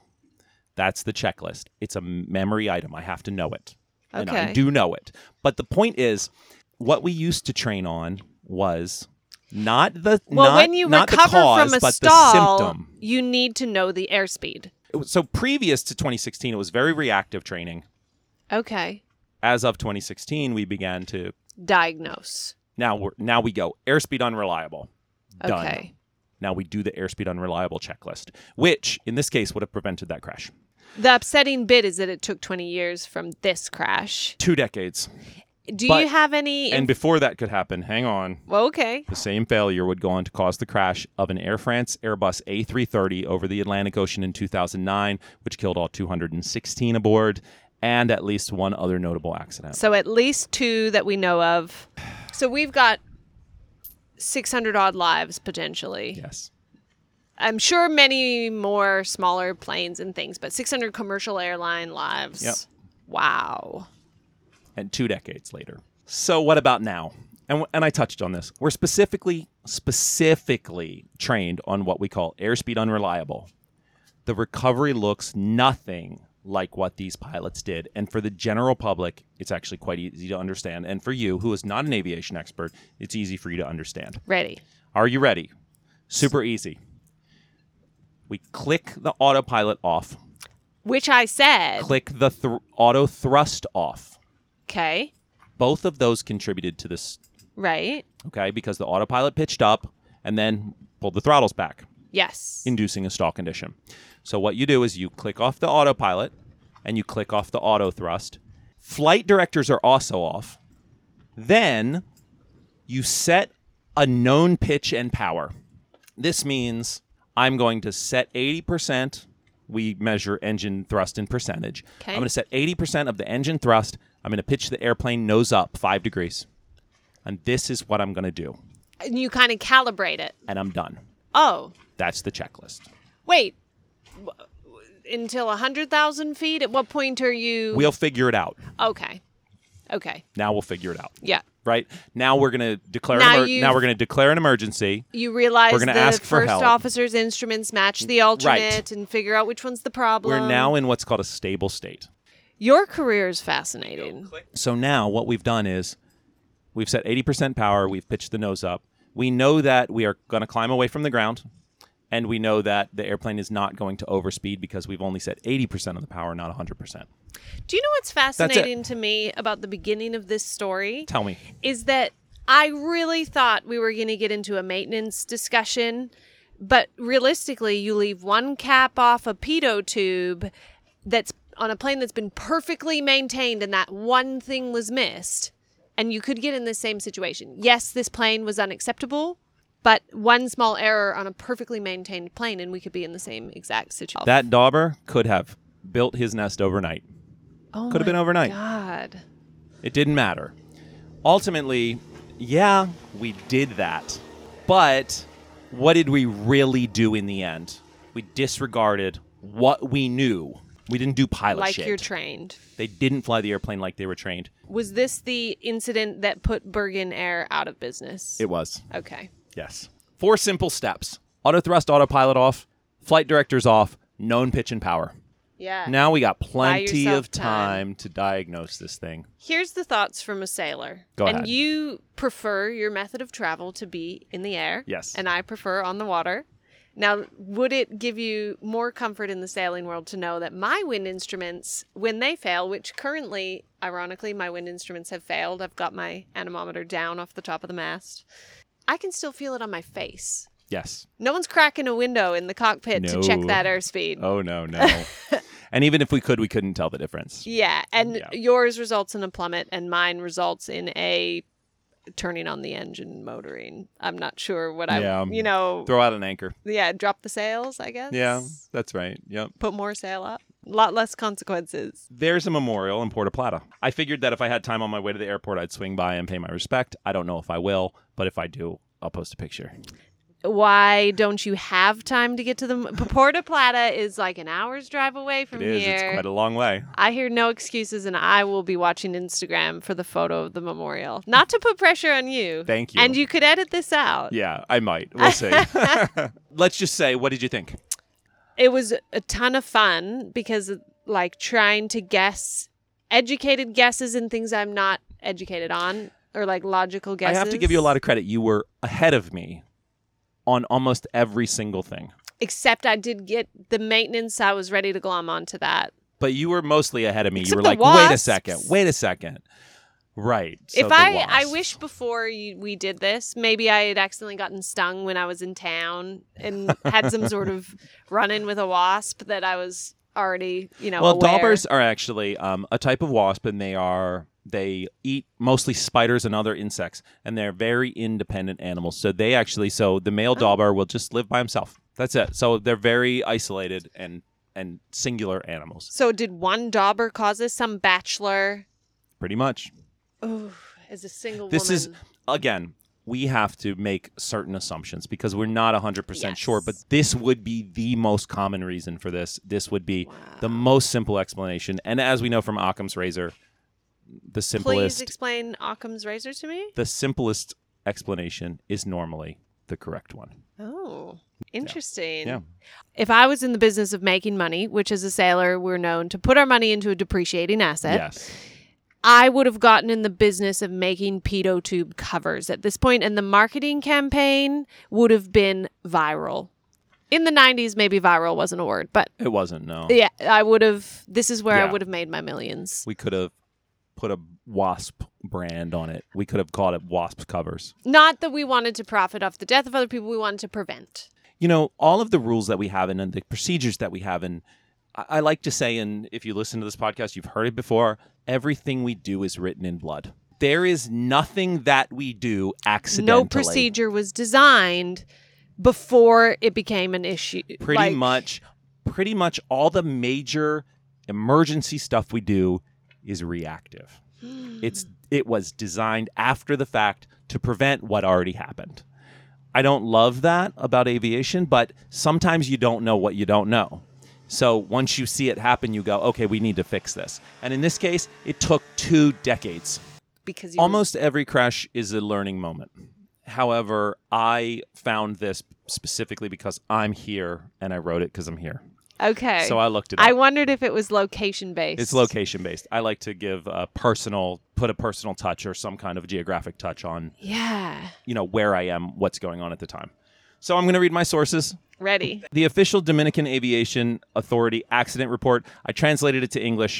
B: That's the checklist. It's a memory item. I have to know it. And I
A: Okay.
B: do know it. But the point is, what we used to train on was not the
A: Well,
B: not,
A: when you
B: not the
A: recover
B: cause,
A: from a
B: but
A: stall,
B: the symptom.
A: you need to know the airspeed.
B: It was- So previous to 2016, it was very reactive training.
A: Okay.
B: As of 2016, we began to
A: Diagnose.
B: now we're now we go airspeed unreliable. Done.
A: Okay.
B: Now we do the airspeed unreliable checklist, which in this case would have prevented that crash.
A: The upsetting bit is that it took 20 years from this crash.
B: Two decades.
A: Do
B: But-
A: you have any?
B: And before that could happen, hang on.
A: well, okay.
B: The same failure would go on to cause the crash of an Air France Airbus A330 over the Atlantic Ocean in 2009, which killed all 216 aboard and at least one other notable accident.
A: So at least two that we know of. So we've got 600 odd lives potentially.
B: Yes.
A: I'm sure many more smaller planes and things, but 600 commercial airline lives.
B: Yep.
A: Wow.
B: And two decades later. So, what about now? And, and I touched on this. We're specifically, specifically trained on what we call airspeed unreliable. The recovery looks nothing like what these pilots did. And for the general public, it's actually quite easy to understand. And for you, who is not an aviation expert, it's easy for you to understand.
A: Ready.
B: Are you ready? Super easy. We click the autopilot off,
A: Which I said.
B: click the thr auto thrust off.
A: Okay.
B: Both of those contributed to this,
A: Right.
B: okay? Because the autopilot pitched up and then pulled the throttles back,
A: Yes.
B: inducing a stall condition. So, what you do is you click off the autopilot and you click off the auto thrust. Flight directors are also off. Then you set a known pitch and power. This means I'm going to set 80%. We measure engine thrust in percentage.
A: Okay.
B: I'm going to set 80% of the engine thrust. I'm going to pitch the airplane nose up five degrees. And this is what I'm going to do.
A: and you kind of calibrate it.
B: And I'm done.
A: Oh,
B: That's the checklist.
A: wait. W- w- Until 100,000 feet? At what point are you.
B: We'll figure it out.
A: Okay. Okay.
B: Now we'll figure it out.
A: Yeah.
B: Right? Now we're going to declare
A: Now
B: an emer-
A: you've-
B: now we're going to declare an emergency.
A: You realize
B: We're
A: the
B: gonna ask for
A: first
B: help.
A: officer's instruments match the alternate and figure out which one's the problem.
B: We're now in what's called a stable state.
A: Your career is fascinating.
B: So now what we've done is we've set 80% power, we've pitched the nose up. We know that we are going to climb away from the ground and we know that the airplane is not going to overspeed because we've only set 80% of the power, not 100%.
A: Do you know what's fascinating to me about the beginning of this story?
B: Tell me.
A: is that I really thought we were going to get into a maintenance discussion, but realistically, you leave one cap off a pedo tube that's on a plane that's been perfectly maintained and that one thing was missed, and you could get in this same situation. Yes, this plane was unacceptable, but one small error on a perfectly maintained plane, and we could be in the same exact situation.
B: That dauber could have built his nest overnight.
A: oh
B: could have
A: my
B: been overnight.
A: God.
B: It didn't matter. Ultimately, yeah, we did that. But what did we really do in the end? We disregarded what we knew. We didn't do pilot
A: Like
B: shit.
A: you're trained.
B: they didn't fly the airplane like they were trained.
A: Was this the incident that put Bergen Air out of business?
B: It was.
A: okay.
B: Yes. Four simple steps. Auto thrust, autopilot off, flight directors off, known pitch and power.
A: Yeah.
B: Now we got plenty
A: yourself
B: of time to diagnose this thing.
A: Here's the thoughts from a sailor.
B: Go
A: and
B: ahead.
A: you prefer your method of travel to be in the air.
B: Yes.
A: And I prefer on the water. Now, would it give you more comfort in the sailing world to know that my wind instruments, when they fail, which currently, ironically, my wind instruments have failed, I've got my anemometer down off the top of the mast, I can still feel it on my face.
B: Yes.
A: No one's cracking a window in the cockpit to check
B: No.
A: that airspeed.
B: Oh, no, no. and even if we could, we couldn't tell the difference.
A: Yeah, and
B: Yeah.
A: yours results in a plummet, and mine results in a turning on the engine, motoring. I'm not sure what I,
B: Yeah, um,
A: you know,
B: Throw out an anchor.
A: yeah, drop the sails, I guess.
B: Yeah, that's right. Yep.
A: put more sail up. Lot less consequences.
B: There's a memorial in Puerto Plata. I figured that if I had time on my way to the airport, I'd swing by and pay my respect. I don't know if I will, but if I do, I'll post a picture.
A: Why don't you have time to get to the m- Puerto Plata? Is like an hour's drive away from
B: It is.
A: here.
B: It's quite a long way.
A: I hear no excuses, and I will be watching Instagram for the photo of the memorial. Not to put pressure on you.
B: Thank you.
A: And you could edit this out.
B: Yeah, I might. We'll see. Let's just say, what did you think?
A: it was a ton of fun because like trying to guess educated guesses and things I'm not educated on or like logical guesses.
B: I have to give you a lot of credit. You were ahead of me on almost every single thing,
A: except I did get the maintenance I was ready to glom onto that.
B: but you were mostly ahead of me.
A: Except
B: you were
A: the
B: like, wait a
A: wasps."
B: second, wait a second. Right. so
A: if
B: the
A: I I
B: wasps.
A: wish before you, we did this, maybe I had accidentally gotten stung when I was in town and had some sort of run in with a wasp that I was already, you know,
B: Well,
A: aware.
B: daubers are actually um, a type of wasp, and they are they eat mostly spiders and other insects, and they're very independent animals. So they actually, so the
A: Oh.
B: male dauber will just live by himself. That's it. So they're very isolated and and singular animals,
A: So did one dauber cause this? Some bachelor
B: pretty much.
A: Ooh, as a single
B: This
A: woman.
B: is again. We have to make certain assumptions because we're not 100% sure,
A: Yes.
B: but this would be the most common reason for this. This would be the most simple explanation. And as we know from Occam's razor, the
A: Please
B: simplest
A: explain Occam's razor to me.
B: the simplest explanation is normally the correct one.
A: Oh, interesting.
B: Yeah.
A: If I was in the business of making money, which as a sailor we're known to put our money into a depreciating asset,
B: Yes.
A: I would have gotten in the business of making pedo tube covers at this point, and the marketing campaign would have been viral. In the 90s, maybe viral wasn't a word, but
B: It wasn't, no.
A: yeah, I would have, this is where
B: Oh. Yeah.
A: I would have made my millions.
B: We could have put a wasp brand on it. We could have called it wasp covers.
A: Not that we wanted to profit off the death of other people, we wanted to prevent.
B: You know, all of the rules that we have and, and the procedures that we have and I I like to say, and if you listen to this podcast, you've heard it before, everything we do is written in blood. There is nothing that we do accidentally.
A: no procedure was designed before it became an issue.
B: pretty
A: Like,
B: much pretty much all the major emergency stuff we do is reactive it's it was designed after the fact to prevent what already happened i don't love that about aviation but sometimes you don't know what you don't know so once you see it happen you go okay we need to fix this and in this case it took 2 decades
A: because you
B: Almost every crash is a learning moment. However, I found this specifically because I'm here and I wrote it because I'm here.
A: okay.
B: So I looked it up.
A: I wondered if it was location based.
B: it's location based. I like to give a personal, put a personal touch or some kind of geographic touch on,
A: Yeah,
B: you know, where I am, what's going on at the time. So I'm going to read my sources.
A: ready.
B: The official Dominican Aviation Authority accident report. I translated it to English.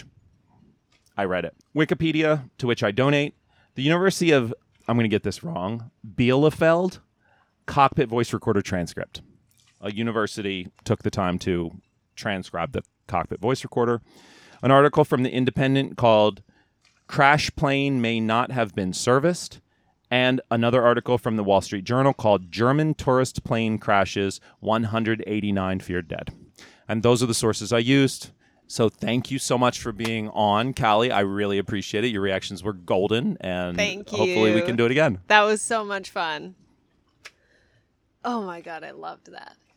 B: I read it. Wikipedia, to which I donate. The University of, I'm going to get this wrong, Bielefeld cockpit voice recorder transcript. A university took the time to transcribe the cockpit voice recorder. an article from The Independent called Crash Plane May Not Have Been Serviced, and another article from The Wall Street Journal called German Tourist Plane Crashes 189 Feared Dead. And those are the sources I used. So thank you so much for being on, Callie. I really appreciate it. Your reactions were golden, and
A: Thank
B: hopefully we
A: you.
B: can do it again.
A: That was so much fun. Oh my god, I loved that.